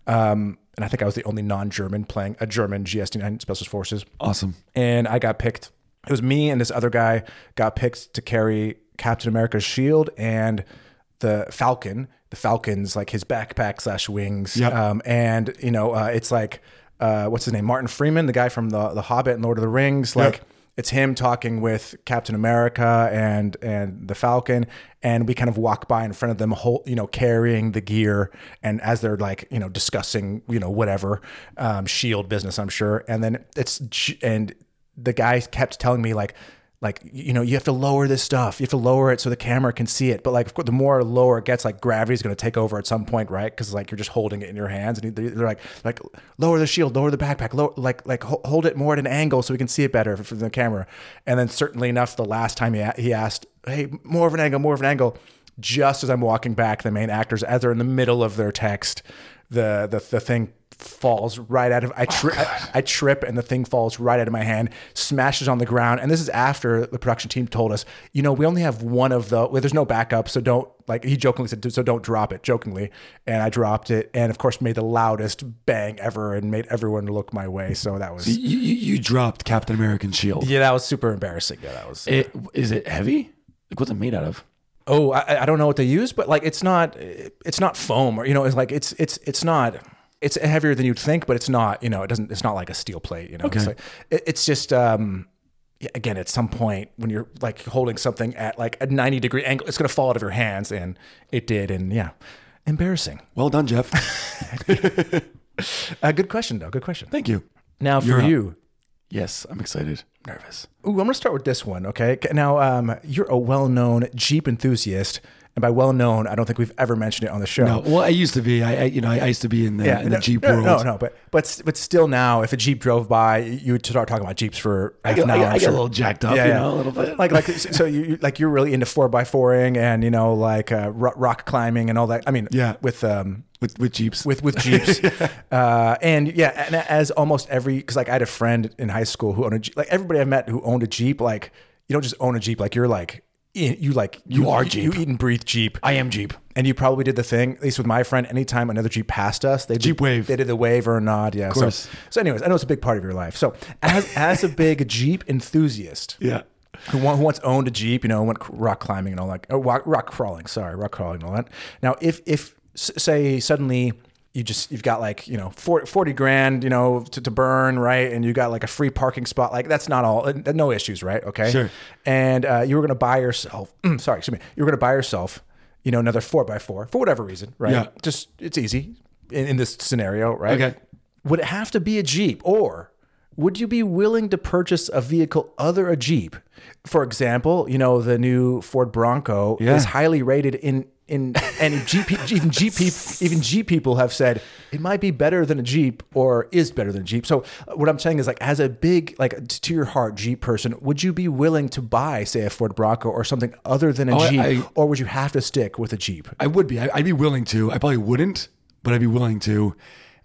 A: Um, and I think I was the only non-German playing a German GSD-9 Special Forces
B: Awesome.
A: and I got picked. It was me and this other guy got picked to carry Captain America's shield and the Falcon, the Falcon's like his backpack slash wings.
B: Yep.
A: Um, and you know, uh, it's like uh, what's his name, Martin Freeman, the guy from the the Hobbit and Lord of the Rings. Like it's him talking with Captain America and and the Falcon, and we kind of walk by in front of them, whole you know, carrying the gear, and as they're like you know discussing you know whatever um, shield business, I'm sure. And then it's j- and the guy kept telling me like like you know you have to lower this stuff you have to lower it so the camera can see it but like of course the more lower it gets like gravity's going to take over at some point right because like you're just holding it in your hands and they're they're like like lower the shield lower the backpack lower, like like ho- hold it more at an angle so we can see it better from the camera and then certainly enough the last time he, a- he asked hey more of an angle more of an angle just as i'm walking back the main actors as they're in the middle of their text the the, the thing falls right out of I, tri- I, I trip and the thing falls right out of my hand smashes on the ground and this is after the production team told us you know we only have one of the well, there's no backup so don't like he jokingly said so don't drop it jokingly and I dropped it and of course made the loudest bang ever and made everyone look my way so that was
B: You, you, you dropped Captain American shield.
A: yeah that was super embarrassing yeah that was
C: It, is it heavy? Like, what's it made out of?
A: oh I, I don't know what they use but like it's not it's not foam or you know it's like it's it's it's not it's heavier than you'd think but it's not you know it doesn't it's not like a steel plate you know it's like it, it's just um yeah, again at some point when you're like holding something at like a 90 degree angle it's going to fall out of your hands and it did and yeah embarrassing
B: Well done, Jeff.
A: uh, good question though good question
B: Thank you.
A: now for you
C: Yes, I'm excited. nervous.
A: Ooh, I'm going to start with this one. Okay. Now, um, you're a well known Jeep enthusiast. And by well known, I don't think we've ever mentioned it on the show.
B: No, Uh, well, I used to be. I, I you know, I used to be in the, in the
A: no,
B: Jeep
A: no,
B: world.
A: No, no, but but but still now, if a Jeep drove by, you would start talking about Jeeps for half
C: I,
A: an hour.
C: get- I
A: I'm
C: get
A: sure.
C: a little jacked up, you know, a little bit.
A: Like like so you you- like you're really into four by fouring and you know like uh, ro- rock climbing and all that. I mean,
B: Yeah.
A: with um
B: With with Jeeps.
A: with with Jeeps, uh, and yeah, and as almost every because like I had a friend in high school who owned a Jeep. Like everybody I met who owned a Jeep, like you don't just own a Jeep, like you're like. in- You like you,
C: are
A: You eat and breathe Jeep.
C: I am Jeep.
A: And you probably did the thing, at least with my friend, anytime another Jeep passed us, they
B: Jeep
A: did,
B: wave.
A: They did the wave or a nod. Yeah. Of
B: course.
A: So, so anyways, I know it's a big part of your life. So as as a big Jeep enthusiast
B: yeah.
A: who, wa- who once owned a Jeep, you know, went rock climbing and all that, oh, rock, rock crawling, sorry, rock crawling and all that. Now, if, if s- say suddenly you just, you've got like, you know, 40, 40 grand, you know, to, to burn, right? And you got like a free parking spot, like that's not all, uh, no issues, right? Okay.
B: Sure.
A: And uh, you were going to buy yourself, sorry, excuse me, you were going to buy yourself, you know, another four by four for whatever reason, right?
B: Yeah.
A: Just, it's easy in, in this scenario, right?
B: Okay.
A: Would it have to be a Jeep or would you be willing to purchase a vehicle other a Jeep? For example, you know, the new Ford Bronco
B: Yeah.
A: is highly rated in in and GP, even GP, even G people have said it might be better than a Jeep or is better than a Jeep. So uh, what I'm saying is like, as a big like t- to your heart Jeep person, would you be willing to buy say a Ford Bronco or something other than a
B: Oh, I-
A: Jeep,
B: I-
A: or would you have to stick with a Jeep?
B: I would be. I, I'd be willing to. I probably wouldn't, but I'd be willing to.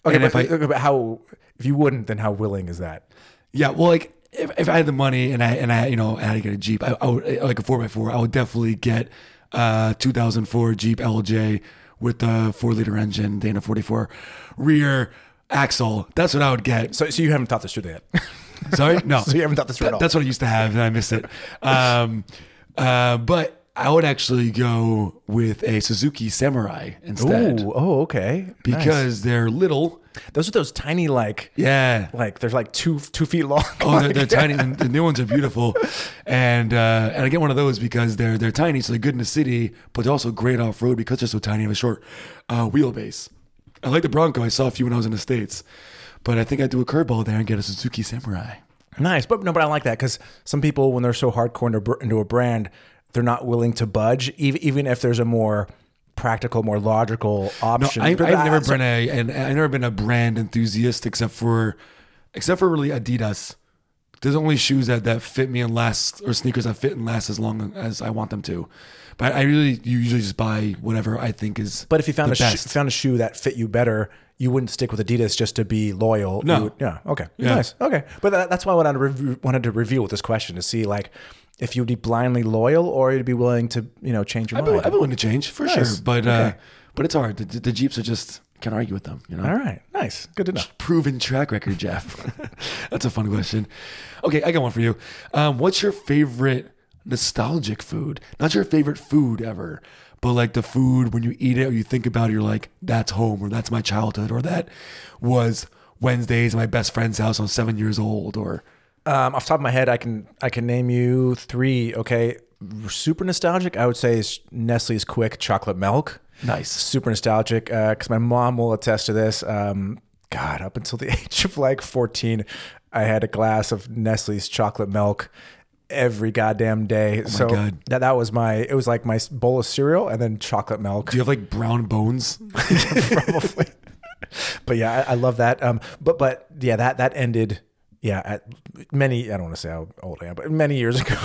A: Okay,
B: and if
A: but,
B: I,
A: okay, but how if you wouldn't, then how willing is that?
B: Yeah, well, like if, if I had the money and I and I you know I had to get a Jeep, I, I would like a four x four. I would definitely get uh 2004 Jeep LJ with the four liter engine, Dana 44 rear axle. That's what I would get.
A: So, so you haven't thought this through yet.
B: Sorry, no.
A: So you haven't thought this through at all.
B: That's what I used to have, and I missed it. Um, uh, but I would actually go with a Suzuki Samurai instead
A: Ooh, oh, okay. Nice.
B: because they're little.
A: those are those tiny like
B: Yeah,
A: like they're like two two feet long.
B: Oh, they're, they're tiny. and the new ones are beautiful, and uh, and I get one of those because they're they're tiny, so they're good in the city, but they're also great off road because they're so tiny and a short uh, wheelbase. I like the Bronco. I saw a few when I was in the states, but I think I'd do a curveball there and get a Suzuki Samurai.
A: Nice, but no, but I like that because some people, when they're so hardcore into, br- into a brand, they're not willing to budge, even even if there's a more practical, more logical
B: No,
A: option.
B: I, I've
A: But I-
B: never
A: so-
B: been a and I've never been a brand enthusiast except for except for really Adidas. There's only shoes that, that fit me and last, or sneakers that fit and last as long as I want them to. But I really usually just buy whatever I think is.
A: But if you found
B: the
A: a shoe,
B: best.
A: found a shoe that fit you better, you wouldn't stick with Adidas just to be loyal.
B: No.
A: You would- yeah. Okay.
B: Yeah.
A: Nice. Okay. But that, that's why I wanted to, review, wanted to review with this question to see like if you'd be blindly loyal or you'd be willing to you know change your
B: I'd be,
A: mind.
B: I'd be willing to Oh, change for
A: Nice.
B: sure, but uh,
A: Okay.
B: but it's hard. The, the Jeeps are just can't argue with them, you know.
A: All right. Nice. Good to know.
B: Proven track record, Jeff. That's a fun question. Okay, I got one for you. Um, what's your favorite nostalgic food? Not your favorite food ever, but like the food when you eat it or you think about it, you're like, that's home, or that's my childhood, or that was Wednesdays at my best friend's house on seven years old, or
A: Um, off the top of my head, I can I can name you three. Okay, super nostalgic. I would say is Nestle's Quick Chocolate Milk.
B: nice.
A: Super nostalgic because my mom will attest to this. Um, God, up until the age of like fourteen, I had a glass of Nestle's chocolate milk every goddamn day. so
B: God.
A: that that was my it was like my bowl of cereal and then chocolate milk.
B: Do you have like brown bones?
A: probably. but yeah, I, I love that. Um, but but yeah, that that ended. Yeah, at many. I don't want to say how old I am, but many years ago.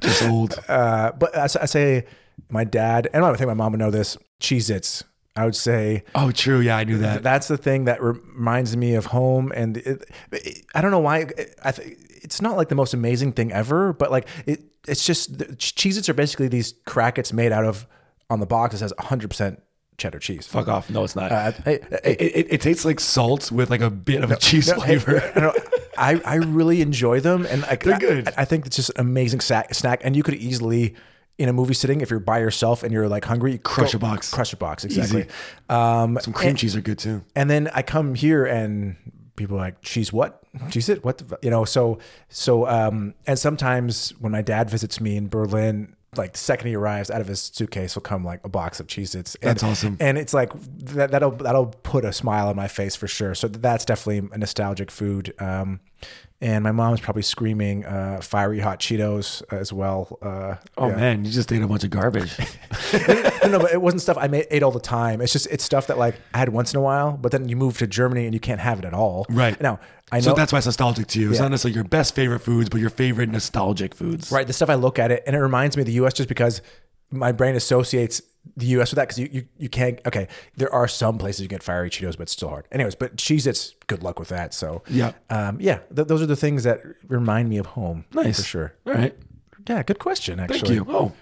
B: Just old.
A: Uh, but I, s- I say my dad, and I think my mom would know this. Cheez-Its. I would say
B: Oh, true. Yeah, I knew that.
A: that's the thing that reminds me of home, and it, it- I don't know why. It, I th- it's not like the most amazing thing ever, but like it, it's just the Cheez-Its are basically these crackets made out of on the box. It says 100 percent cheddar cheese.
C: Fuck off. No, it's not.
A: Uh, hey, hey,
B: It, it, it tastes like salt with like a bit of a cheese flavor.
A: I, don't know. I, I really enjoy them, and I,
B: They're good.
A: I, I think it's just an amazing sac- snack, and you could easily. In a movie sitting, if you're by yourself and you're like hungry, you
B: Crush a box.
A: Crush a box, exactly.
B: Easy.
A: Um,
B: Some cream cheese are good too.
A: and then I come here and people are like, cheese what? Cheese it? What? The, fu-" you know, so, so, um, and sometimes when my dad visits me in Berlin, like the second he arrives out of his suitcase will come like a box of Cheez Its.
B: That's awesome.
A: And it's like, that, that'll, that'll put a smile on my face for sure. So that's definitely a nostalgic food. Um, and my mom's probably screaming, uh, fiery hot Cheetos as well. Uh,
B: Oh
A: yeah.
B: man, you just ate a bunch of garbage.
A: no, no, but it wasn't stuff I made, ate all the time. It's just it's stuff that like I had once in a while, but then you move to Germany and you can't have it at all.
B: Right.
A: now, I know
B: so that's why it's nostalgic to you. It's
A: Yeah.
B: not necessarily your best favorite foods, but your favorite nostalgic foods.
A: right the stuff I look at it and it reminds me of the U.S. just because my brain associates the U.S. with that because you, you you can't okay there are some places you get fiery Cheetos but it's still hard. Anyways, but cheese it's good luck with that. So
B: Yeah.
A: um, yeah, th- those are the things that remind me of home.
B: Nice.
A: for sure.
B: All right.
A: Yeah, good question. Actually,
B: Thank you. Oh,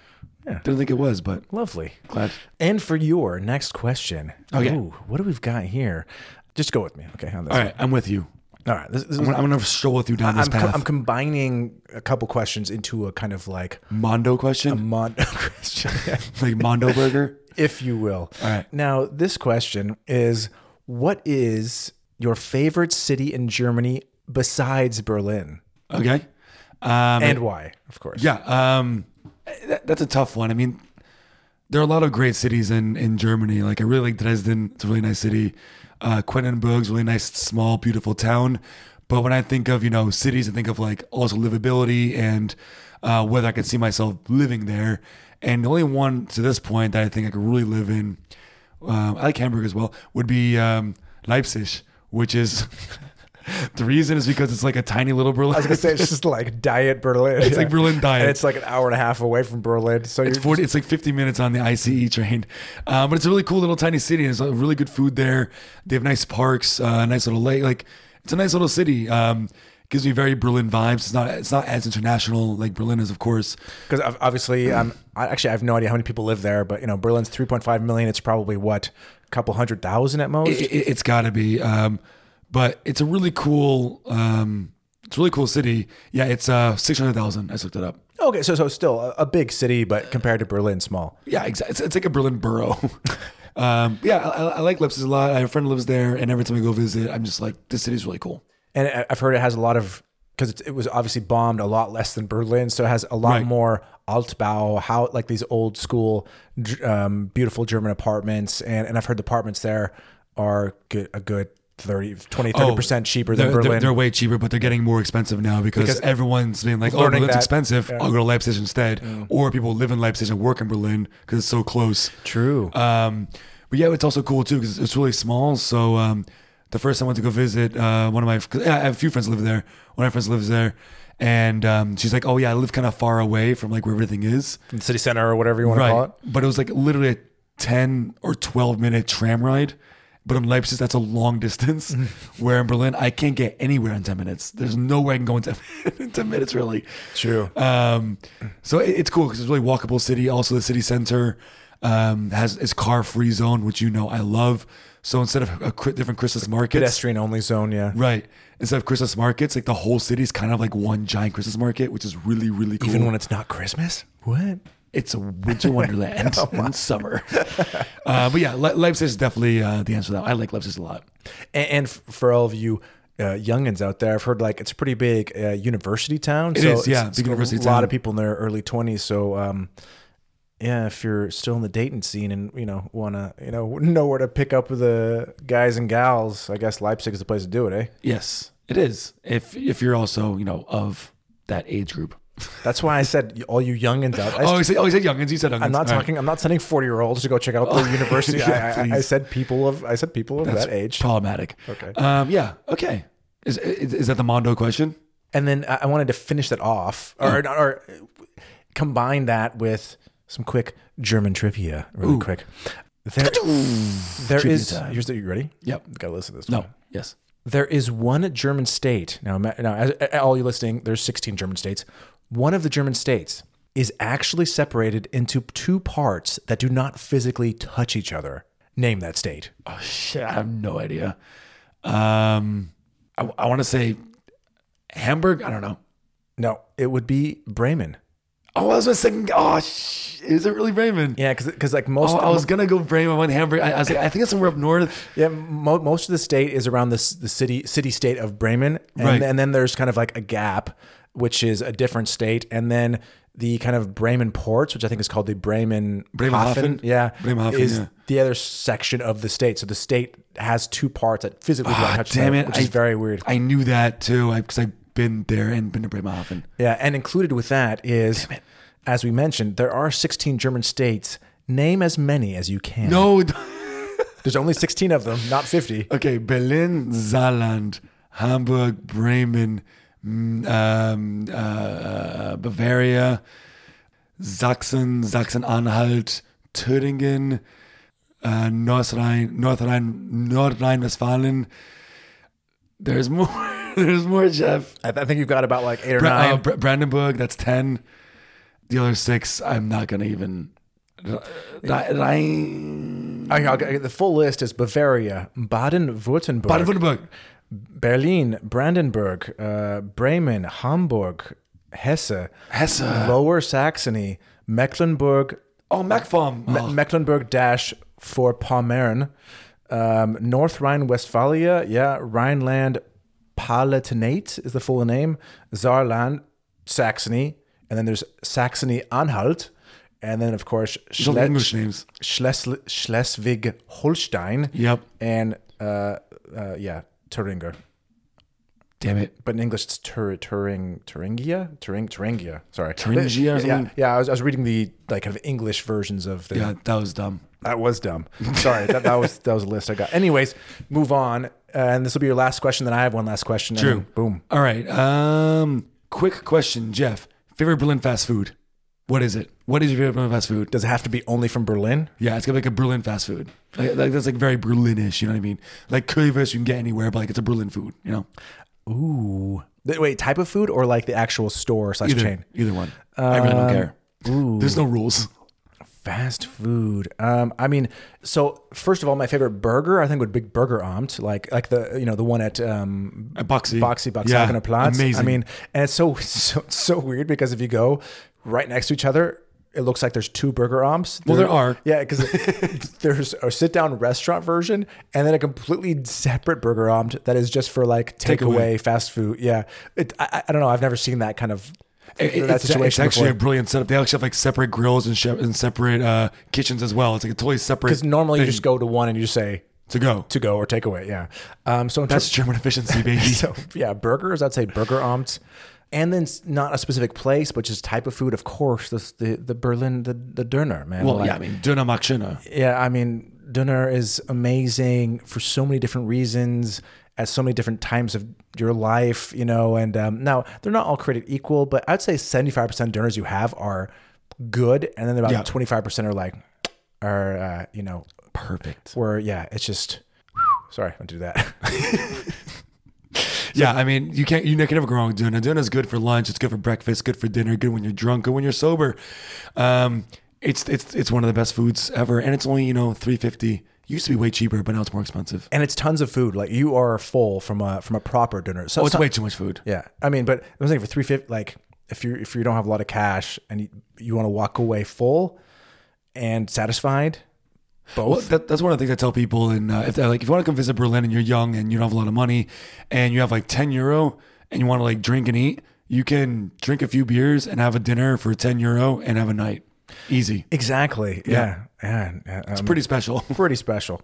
A: Yeah.
B: didn't think it was, but
A: Lovely.
B: glad.
A: And for your next question,
B: Okay.
A: Ooh, what do we've got here? Just go with me, okay? On this,
B: All right, I'm with you.
A: All right. This, this
B: I'm
A: is,
B: gonna, I'm gonna stroll with you down this
A: I'm, co-
B: path.
A: I'm combining a couple questions into a kind of like
B: Mondo question,
A: mondo question,
B: like Mondo burger.
A: if you will.
B: All right.
A: Now, this question is what is your favorite city in Germany besides Berlin?
B: Okay. Um,
A: And why, of course.
B: Yeah, um, that, that's a tough one. I mean, there are a lot of great cities in in Germany. Like I really like Dresden; it's a really nice city. Uh, Quedlinburg's a really nice, small, beautiful town. But when I think of you know cities, I think of like also livability and uh, whether I could see myself living there. And the only one to this point that I think I could really live in, um, I like Hamburg as well, would be um, Leipzig, which is the reason is because it's like a tiny little Berlin.
A: I was gonna say it's just like diet Berlin.
B: It's like Berlin diet.
A: and it's like an hour and a half away from Berlin. So
B: It's
A: you're
B: 40, it's like 50 minutes on the ICE train. Uh, but it's a really cool little tiny city. There's uh, really good food there. They have nice parks, uh, nice little lake. Like it's a nice little city. Um, gives me very Berlin vibes. It's not it's not as international like Berlin is, of course.
A: because obviously um, I actually I have no idea how many people live there, but you know Berlin's 3.5 million. It's probably what a couple hundred thousand at most.
B: It, it, has got to be. Um, but it's a really cool. Um, it's a really cool city. Yeah, it's uh, 600,000. I just looked it up.
A: okay, so so still a, a big city, but compared to Berlin, small.
B: Yeah, exactly. It's, it's like a Berlin borough. um, yeah, I, I- I like Leipzig a lot. I have a friend who lives there, and every time I go visit, I'm just like, this city's really cool.
A: And I- I've heard it has a lot of because it was obviously bombed a lot less than Berlin, so it has a lot
B: Right.
A: more Altbau, how like these old school, dr- um, beautiful German apartments, and and I've heard the apartments there are good, a good 30, 20, 30 percent cheaper than
B: Oh. They're, they're,
A: Berlin.
B: they're way cheaper, but they're getting more expensive now because,
A: Because
B: everyone's being like, oh,
A: learning
B: Berlin's
A: that-
B: expensive. I'll go to Leipzig instead. Or people live in Leipzig and work in Berlin because it's so close.
A: True.
B: Um, but yeah, it's also cool too because it's really small. So um, the first time I went to go visit uh, one of my, cause I have a few friends live there. One of my friends lives there, and um, she's like, "Oh yeah, I live kind of far away from like where everything is."
A: the city center or whatever you want to call it.
B: But it was like literally a 10 or 12 minute tram ride. But in Leipzig, that's a long distance. Where in Berlin, I can't get anywhere in 10 minutes. There's no way I can go in 10, in 10 minutes, really.
A: True.
B: Um, so it- it's cool because it's a really walkable city. Also, the city center um, has is car free zone, which you know I love. So instead of a cri- different Christmas markets,
A: Pedestrian only zone, yeah.
B: right? Instead of Christmas markets, like the whole city is kind of like one giant Christmas market, which is really really cool.
A: Even when it's not Christmas? What?
C: It's a winter wonderland in summer.
B: uh, but yeah, Le- Leipzig is definitely uh, the answer to that. I like Leipzig a lot.
A: And, and f- for all of you uh, youngins out there, I've heard like it's a pretty big uh, university town. It so
B: is,
A: it's-
B: yeah,
A: it's
B: big
A: got
B: university
A: A lot
B: town.
A: of people in their early 20s. So, um, yeah, if you're still in the dating scene and you know want to you know know where to pick up with the guys and gals, I guess Leipzig is the place to do it, eh?
C: Yes, it is. If if you're also you know of that age group,
A: That's why I said all you youngins out. I
B: Oh, you said, oh, you said youngins. You said youngins.
A: I'm not
B: All right. Oh,
A: talking. I'm not sending 40 year olds to go check out their university.
B: yeah,
A: I, I, I
B: please.
A: said people of. I said people of that age.
B: Problematic.
A: Okay.
B: Um, yeah. Okay. Is, is is that the Mondo question?
A: And then I I wanted to finish that off,
C: Mm.
A: or, or combine that with some quick German trivia, really quick. There, there
C: Trivia
A: is.
C: time.
A: Here's the. You ready?
C: Yep.
A: Got to listen to this.
C: no,
A: one.
C: yes,
A: There is one German state. Now, ma- now, as, a- all you listening, there's 16 German states. One of the German states is actually separated into two parts that do not physically touch each other. Name that state.
C: oh shit, I have no idea. Um, I, I want to say Hamburg. I don't know.
A: No, it would be Bremen.
B: Oh, I was my second. Oh, sh- is it really Bremen?
A: Yeah, because like most
B: Oh, I was gonna go Bremen. I went Hamburg. I, I was like, I think it's somewhere up north.
A: Yeah, mo- most of the state is around this the city city state of Bremen, and,
B: Right.
A: and then there's kind of like a gap, which is a different state, and then the kind of Bremen ports, which I think is called the Bremen
B: Bremerhaven?
A: yeah,
B: Bremerhaven,
A: is
B: yeah.
A: the other section of the state. So the state has two parts that physically don't
B: Ah,
A: touch
B: damn
A: each other,
B: it!
A: which
B: I,
A: is very weird.
B: I knew that too because I've been there and been to Bremerhaven.
A: yeah, and included with that is, as we mentioned, there are 16 German states. Name as many as you can.
B: No.
A: There's only 16 of them, not 50.
B: Okay, Berlin, Saarland, Hamburg, Bremen, mm, um, uh, Bavaria, Sachsen, Sachsen-Anhalt, Thüringen, uh, North Rhine, North Rhine, North Rhine-Westfalen. There's more. There's more, Jeff.
A: I, I think you've got about like eight or
B: Bra-
A: nine.
B: uh, Bra- Brandenburg, that's ten. The other six, I'm not gonna even. Rhine,
A: Okay, I'll get- the full list is Bavaria, Baden-Württemberg,
B: Baden-Württemberg.
A: Berlin, Brandenburg, uh, Bremen, Hamburg, Hesse,
B: Hesse.
A: Lower Saxony, Mecklenburg,
B: Oh, Macfarm.
A: Me- Mecklenburg dash for Pommern, um, North Rhine-Westphalia, yeah, Rhineland, Palatinate is the full name, Saarland, Saxony, and then there's Saxony-Anhalt, and then of course
B: These are
A: Schle-
B: English names.
A: Schles- Schleswig-Holstein
B: Yep.
A: and uh, uh, yeah, Turinger.
B: Damn it.
A: but in English it's Tur- Turing Thuringia Turing Thuringia. Sorry,
B: Thuringia or
A: Yeah,
B: something?
A: yeah. I was, I was reading the like kind of English versions of the.
B: Yeah, that was dumb.
A: That was dumb. Sorry, that, that was that was a list I got. Anyways, move on, and this will be your last question. Then I have one last question. and
D: True.
A: boom.
B: All right. Um, quick question, Jeff. Favorite Berlin fast food? What is it? What is your favorite Berlin fast food?
A: Does it have to be only from Berlin?
B: Yeah, it's gonna be like a Berlin fast food. Like, like that's like very Berlinish. You know what I mean? Like currywurst you can get anywhere, but like it's a Berlin food. You know,
A: Ooh. Th- Wait, type of food or like the actual store slash
B: either
A: chain? Um,
B: either one. I really don't care.
A: Ooh.
B: There's no rules.
A: Fast food. Um, I mean, so first of all, my favorite burger I think would be Burger Amt, like like the you know the one at um,
B: A boxy.
A: Boxy Box
B: Yeah,
A: Platz.
B: amazing.
A: I mean, and it's so, so so weird because if you go right next to each other, it looks like there's two burger omps.
B: Well, there are.
A: Yeah, because there's a sit down restaurant version and then a completely separate burger omt that is just for like takeaway fast food. Yeah, it, I, I- I don't know. I've never seen that kind of
B: It- it-
A: that
B: it's,
A: situation
B: it's actually
A: before.
B: a brilliant setup. They actually have like separate grills and, shep and separate uh, kitchens as well. It's like a totally separate.
A: Because normally you
B: thing
A: just go to one and you just say
B: to go.
A: to go or takeaway. Yeah. Um. So in
B: That's
A: ter-
B: German efficiency, baby.
A: so yeah, burgers. I'd say burger omt, and then s- not a specific place, but just type of food. Of course, this, the the Berlin the the Döner man.
B: well,
A: Like,
B: yeah, I mean, Döner Makschöner.
A: yeah. I mean, Döner is amazing for so many different reasons at so many different times of your life. You know, and um, now they're not all created equal, but I'd say seventy five percent Döners you have are good, and then
B: Yeah.
A: about twenty five percent are like are uh, you know
B: Perfect.
A: where yeah, it's just. Sorry, I do that.
B: yeah, I mean, you can't, you can never go wrong with Duna. Duna's good for lunch. It's good for breakfast. Good for dinner. Good when you're drunk. Good when you're sober. Um, it's it's it's one of the best foods ever, and it's only you know three fifty. Used to be way cheaper, but now it's more expensive.
A: and it's tons of food. Like you are full from a from a proper dinner. So
B: Oh,
A: it's
B: it's
A: not-
B: way too much food.
A: yeah. I mean, but I'm saying for three fifty, like if you if you don't have a lot of cash and you, you want to walk away full and satisfied,
B: Well, that, that's one of the things I tell people. And uh, if they're like, if you want to come visit Berlin and you're young and you don't have a lot of money, and you have like ten euro and you want to like drink and eat, you can drink a few beers and have a dinner for ten euro and have a night. Easy.
A: exactly. Yeah, yeah. yeah, um,
B: Pretty special.
A: pretty special.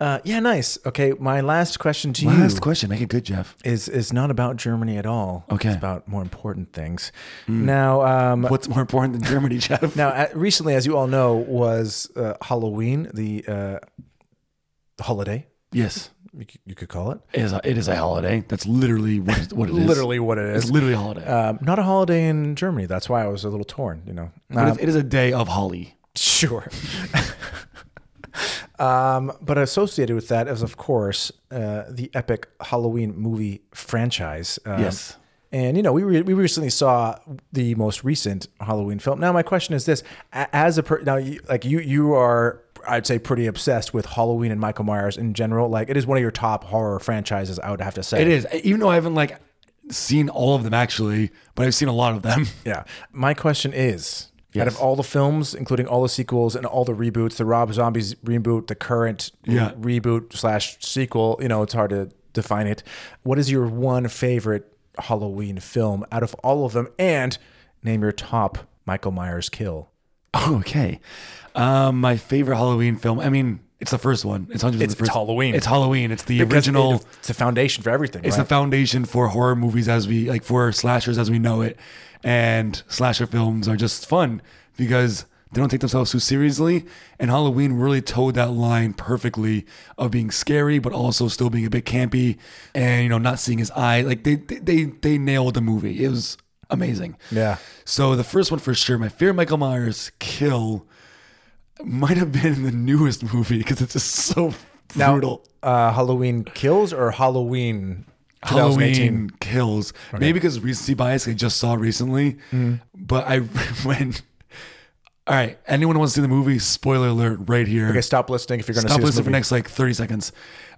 A: Uh, yeah, nice. Okay, my last question to you
B: Last question. Make it good, Jeff.
A: is is not about Germany at all.
B: Okay. Hmm.
A: it's about more important things. Now, um,
B: What's more important than Germany, Jeff?
A: Now, uh, recently, as you all know, was uh, Halloween, the uh, holiday,
B: Yes,
A: you could, you could call it.
B: it is. A, it is a holiday. That's literally what, it- what it is.
A: Literally what it
B: it's
A: is.
B: literally a holiday.
A: Um, not a holiday in Germany. That's why I was a little torn, you know.
B: but
A: Um,
B: it's, it is a day of holly.
A: sure. um, but associated with that is, of course, uh, the epic Halloween movie franchise. Um,
B: Yes.
A: And you know, we re- we recently saw the most recent Halloween film. Now, my question is this: A- as a per- now, you, like you, you are, I'd say, pretty obsessed with Halloween and Michael Myers in general. Like, it is one of your top horror franchises. I would have to say
B: It is. Even though I haven't like seen all of them actually, but I've seen a lot of them.
A: Yeah. My question is out of all the films, including all the sequels and all the reboots, the Rob Zombies reboot, the current
B: Yeah.
A: reboot slash sequel, you know, it's hard to define it. What is your one favorite Halloween film out of all of them? And name your top Michael Myers kill.
B: Oh, Okay. Um, my favorite Halloween film. I mean, it's the first one. It's hundred.
A: It's-
B: the first,
A: it's Halloween.
B: It's Halloween. It's the
A: Because
B: original.
A: it- It's a foundation for everything.
B: It's
A: right?
B: the foundation for horror movies as we like for slashers as we know it. And slasher films are just fun because they don't take themselves too seriously. And Halloween really towed that line perfectly of being scary, but also still being a bit campy and, you know, not seeing his eye. Like they, they, they, they nailed the movie. It was amazing.
A: Yeah.
B: So the first one for sure, my favorite Michael Myers kill might have been the newest movie because it's just so
A: Now,
B: brutal.
A: uh, Halloween kills or Halloween 2018?
B: Halloween kills. Maybe because of recency bias, I just saw recently.
A: Mm-hmm.
B: But I when all right, anyone wants to see the movie? Spoiler alert right here.
A: Okay, stop listening if you're going to see
B: Stop
A: this
B: listening for
A: movie.
B: next like thirty seconds.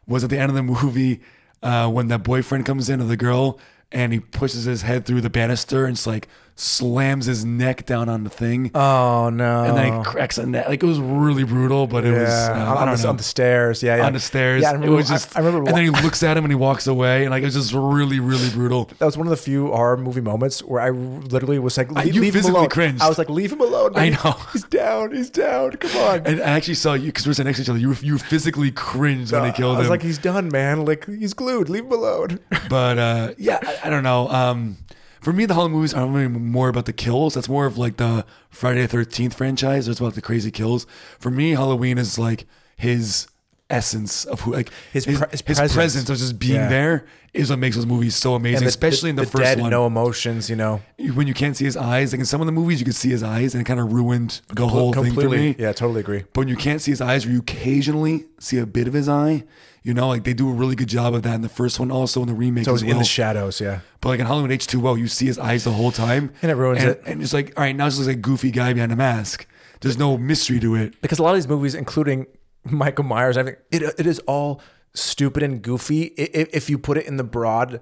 B: Was at the end of the movie uh, when that boyfriend comes in of the girl and he pushes his head through the banister and it's like slams his neck down on the thing,
A: Oh no!
B: and then he cracks a neck. Like it was really brutal, but it
A: yeah,
B: was uh,
A: on,
B: I don't
A: the,
B: know.
A: on the stairs. Yeah, yeah,
B: on the stairs.
A: Yeah, I remember,
B: it was just.
A: I, I remember.
B: and then
A: wa-
B: he looks at him and he walks away, and like it was just really, really brutal.
A: that was one of the few horror movie moments where I literally was like,
B: I-
A: "Le-
B: you
A: "Leave him
B: physically
A: alone."
B: cringed.
A: I was like, "Leave him alone."
B: I
A: man.
B: know.
A: he's down. He's down. Come on.
B: And I actually saw you because we were sitting next to each other. You you physically cringed when he
A: Uh, I
B: killed
A: was
B: him.
A: like, "He's done, man. Like he's glued. Leave him alone."
B: but uh, yeah, I, I don't know. Um, for me, the Halloween movies aren't really more about the kills. That's more of like the Friday the Thirteenth franchise. It's about the crazy kills. For me, Halloween is like his essence of who, like
A: His pre- his
B: his
A: presence.
B: presence of just being
A: Yeah.
B: there is what makes those movies so amazing. especially in the, first
A: dead,
B: one,
A: no emotions. You know,
B: when you can't see his eyes. Like in some of the movies, you could see his eyes, and it kind of ruined the whole thing for me.
A: Yeah, totally agree.
B: But when you can't see his eyes, or you occasionally see a bit of his eye, you know, like they do a really good job of that in the first one, also in the remake.
A: So it
B: as
A: was
B: well.
A: in the shadows. Yeah,
B: But like in Halloween H2O, you see his eyes the whole time.
A: And it ruins
B: and,
A: it.
B: And it's like, all right, now it's just like a goofy guy behind a mask. There's no mystery to it.
A: because a lot of these movies, including Michael Myers, I think it it is all stupid and goofy i- i- if you put it in the broad,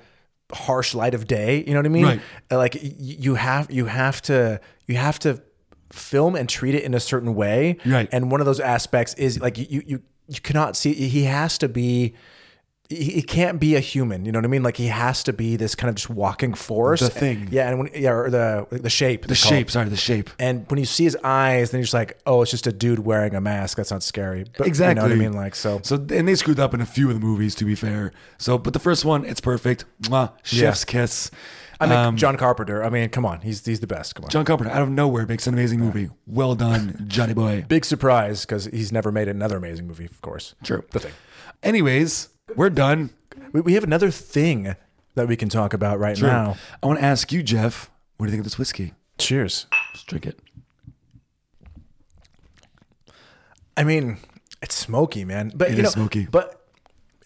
A: harsh light of day. You know what I mean?
B: Right.
A: Uh, Like y- you have you have to you have to film and treat it in a certain way.
B: Right.
A: And one of those aspects is like you you you cannot see. He has to be. He he can't be a human, you know what I mean? Like he has to be this kind of just walking force.
B: The thing.
A: yeah, and when, yeah, or the the shape,
B: The shape, sorry, the shape.
A: and when you see his eyes, then you're just like, oh, it's just a dude wearing a mask. That's not scary. But
B: Exactly.
A: You know what I mean? Like, so.
B: So and they screwed up in a few of the movies, to be fair. So, but the first one, it's perfect. Mwah, chef's kiss.
A: I mean, John Carpenter. I mean, come on. He's he's the best. Come on.
B: Um, John Carpenter, out of nowhere, makes an amazing movie. Well done, Johnny boy.
A: Big surprise because he's never made another amazing movie, of course.
B: True.
A: The thing.
B: Anyways, we're done.
A: We, we have another thing that we can talk about right now.
B: I want to ask you, Jeff, what do you think of this whiskey?
A: Cheers.
B: Let's drink it.
A: I mean, it's smoky, man. But
B: It
A: you
B: is
A: know,
B: smoky.
A: But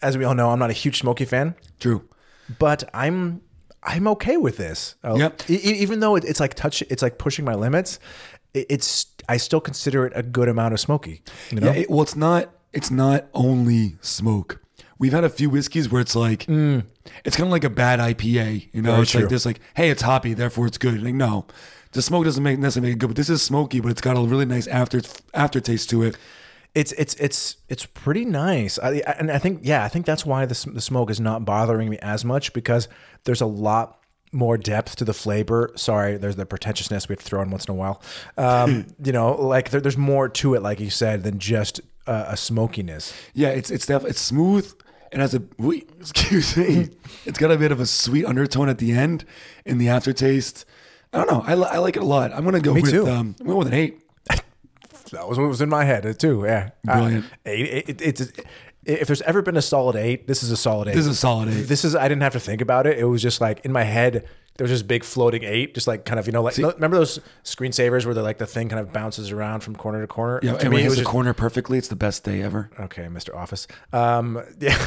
A: as we all know, I'm not a huge smoky fan.
B: True.
A: but I'm I'm okay with this. Oh,
B: Yep.
A: e- e- even though it, it's like touch, it's like pushing my limits. i- it's I still consider it a good amount of smoky. You know,
B: Yeah, it, well, it's not. It's not only smoke. We've had a few whiskeys where it's like, it's kind of like a bad IPA. You know,
A: Mm. Very
B: it's
A: true.
B: like this, like, hey, it's hoppy, therefore it's good. Like, no, the smoke doesn't make necessarily make it good, but this is smoky, but it's got a really nice after aftertaste to it.
A: it's it's it's it's pretty nice. I, I- and I think yeah, I think that's why the, s- the smoke is not bothering me as much because there's a lot more depth to the flavor. Sorry, there's the pretentiousness we have to throw in once in a while. Um, you know, like there, there's more to it, like you said, than just uh, a smokiness.
B: Yeah, it's it's def- it's smooth and has a wait, excuse me, it's got a bit of a sweet undertone at the end in the aftertaste. I don't know. I, li- I like it a lot. I'm gonna go with
A: too.
B: um, I'm going with an eight.
A: That was what was in my head uh, too. Yeah,
B: Brilliant.
A: Uh, eight, it, it's if there's ever been a solid eight, this is a solid eight.
B: This is a solid eight.
A: This is I didn't have to think about it. It was just like in my head. There was this big floating eight, just like kind of you know like remember those screensavers where they're like the thing kind of bounces around from corner to corner.
B: Yeah,
A: To
B: and
A: me,
B: it
A: it
B: hits
A: was
B: the
A: just-
B: corner perfectly. It's the best day ever.
A: okay, Mr. Office. Um, yeah.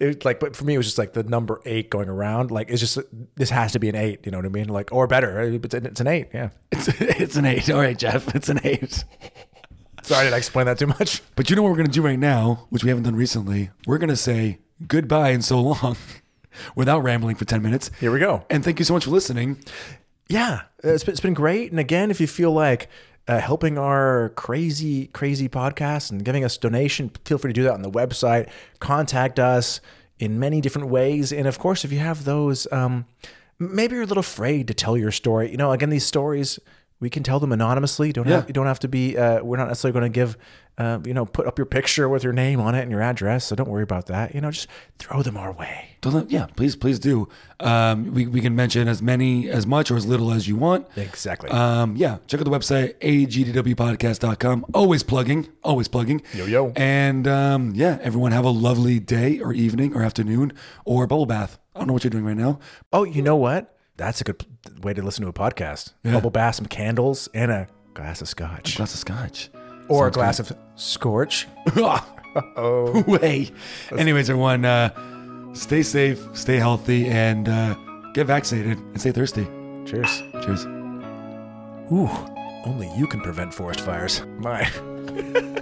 A: It was like, but for me, it was just like the number eight going around. Like, it's just this has to be an eight. You know what I mean? Like, or better, uh, it's an, it's an eight. Yeah.
B: It's, it's an eight. All right, Jeff, it's an eight.
A: Sorry, did I explain that too much?
B: But you know what we're going to do right now, which we haven't done recently? We're going to say goodbye and so long without rambling for 10 minutes.
A: Here we go.
B: And thank you so much for listening.
A: yeah, it's been, it's been great. And again, if you feel like uh, helping our crazy, crazy podcast and giving us donation, feel free to do that on the website. Contact us in many different ways. And of course, if you have those, um, maybe you're a little afraid to tell your story. You know, again, these stories we can tell them anonymously. You don't have, you don't have to be. Uh, we're not necessarily going to give. Uh, you know, put up your picture with your name on it and your address. So don't worry about that. You know, just throw them our way.
B: Don't let, yeah, please, please do. Um, we, we can mention as many, as much, or as little as you want.
A: Exactly.
B: Um, yeah, check out the website, agdwpodcast.com. Always plugging, always plugging.
A: Yo, yo.
B: And um, yeah, everyone have a lovely day or evening or afternoon or bubble bath. I don't know what you're doing right now.
A: Oh, you know what? That's a good p- way to listen to a podcast. Bubble bath, some candles, and a glass of scotch.
B: Glass of scotch.
A: or a glass of scorch.
B: oh. Way. Anyways, everyone, uh, stay safe, stay healthy, and uh, get vaccinated and stay thirsty.
A: Cheers.
B: Cheers.
A: Ooh, only you can prevent forest fires. My.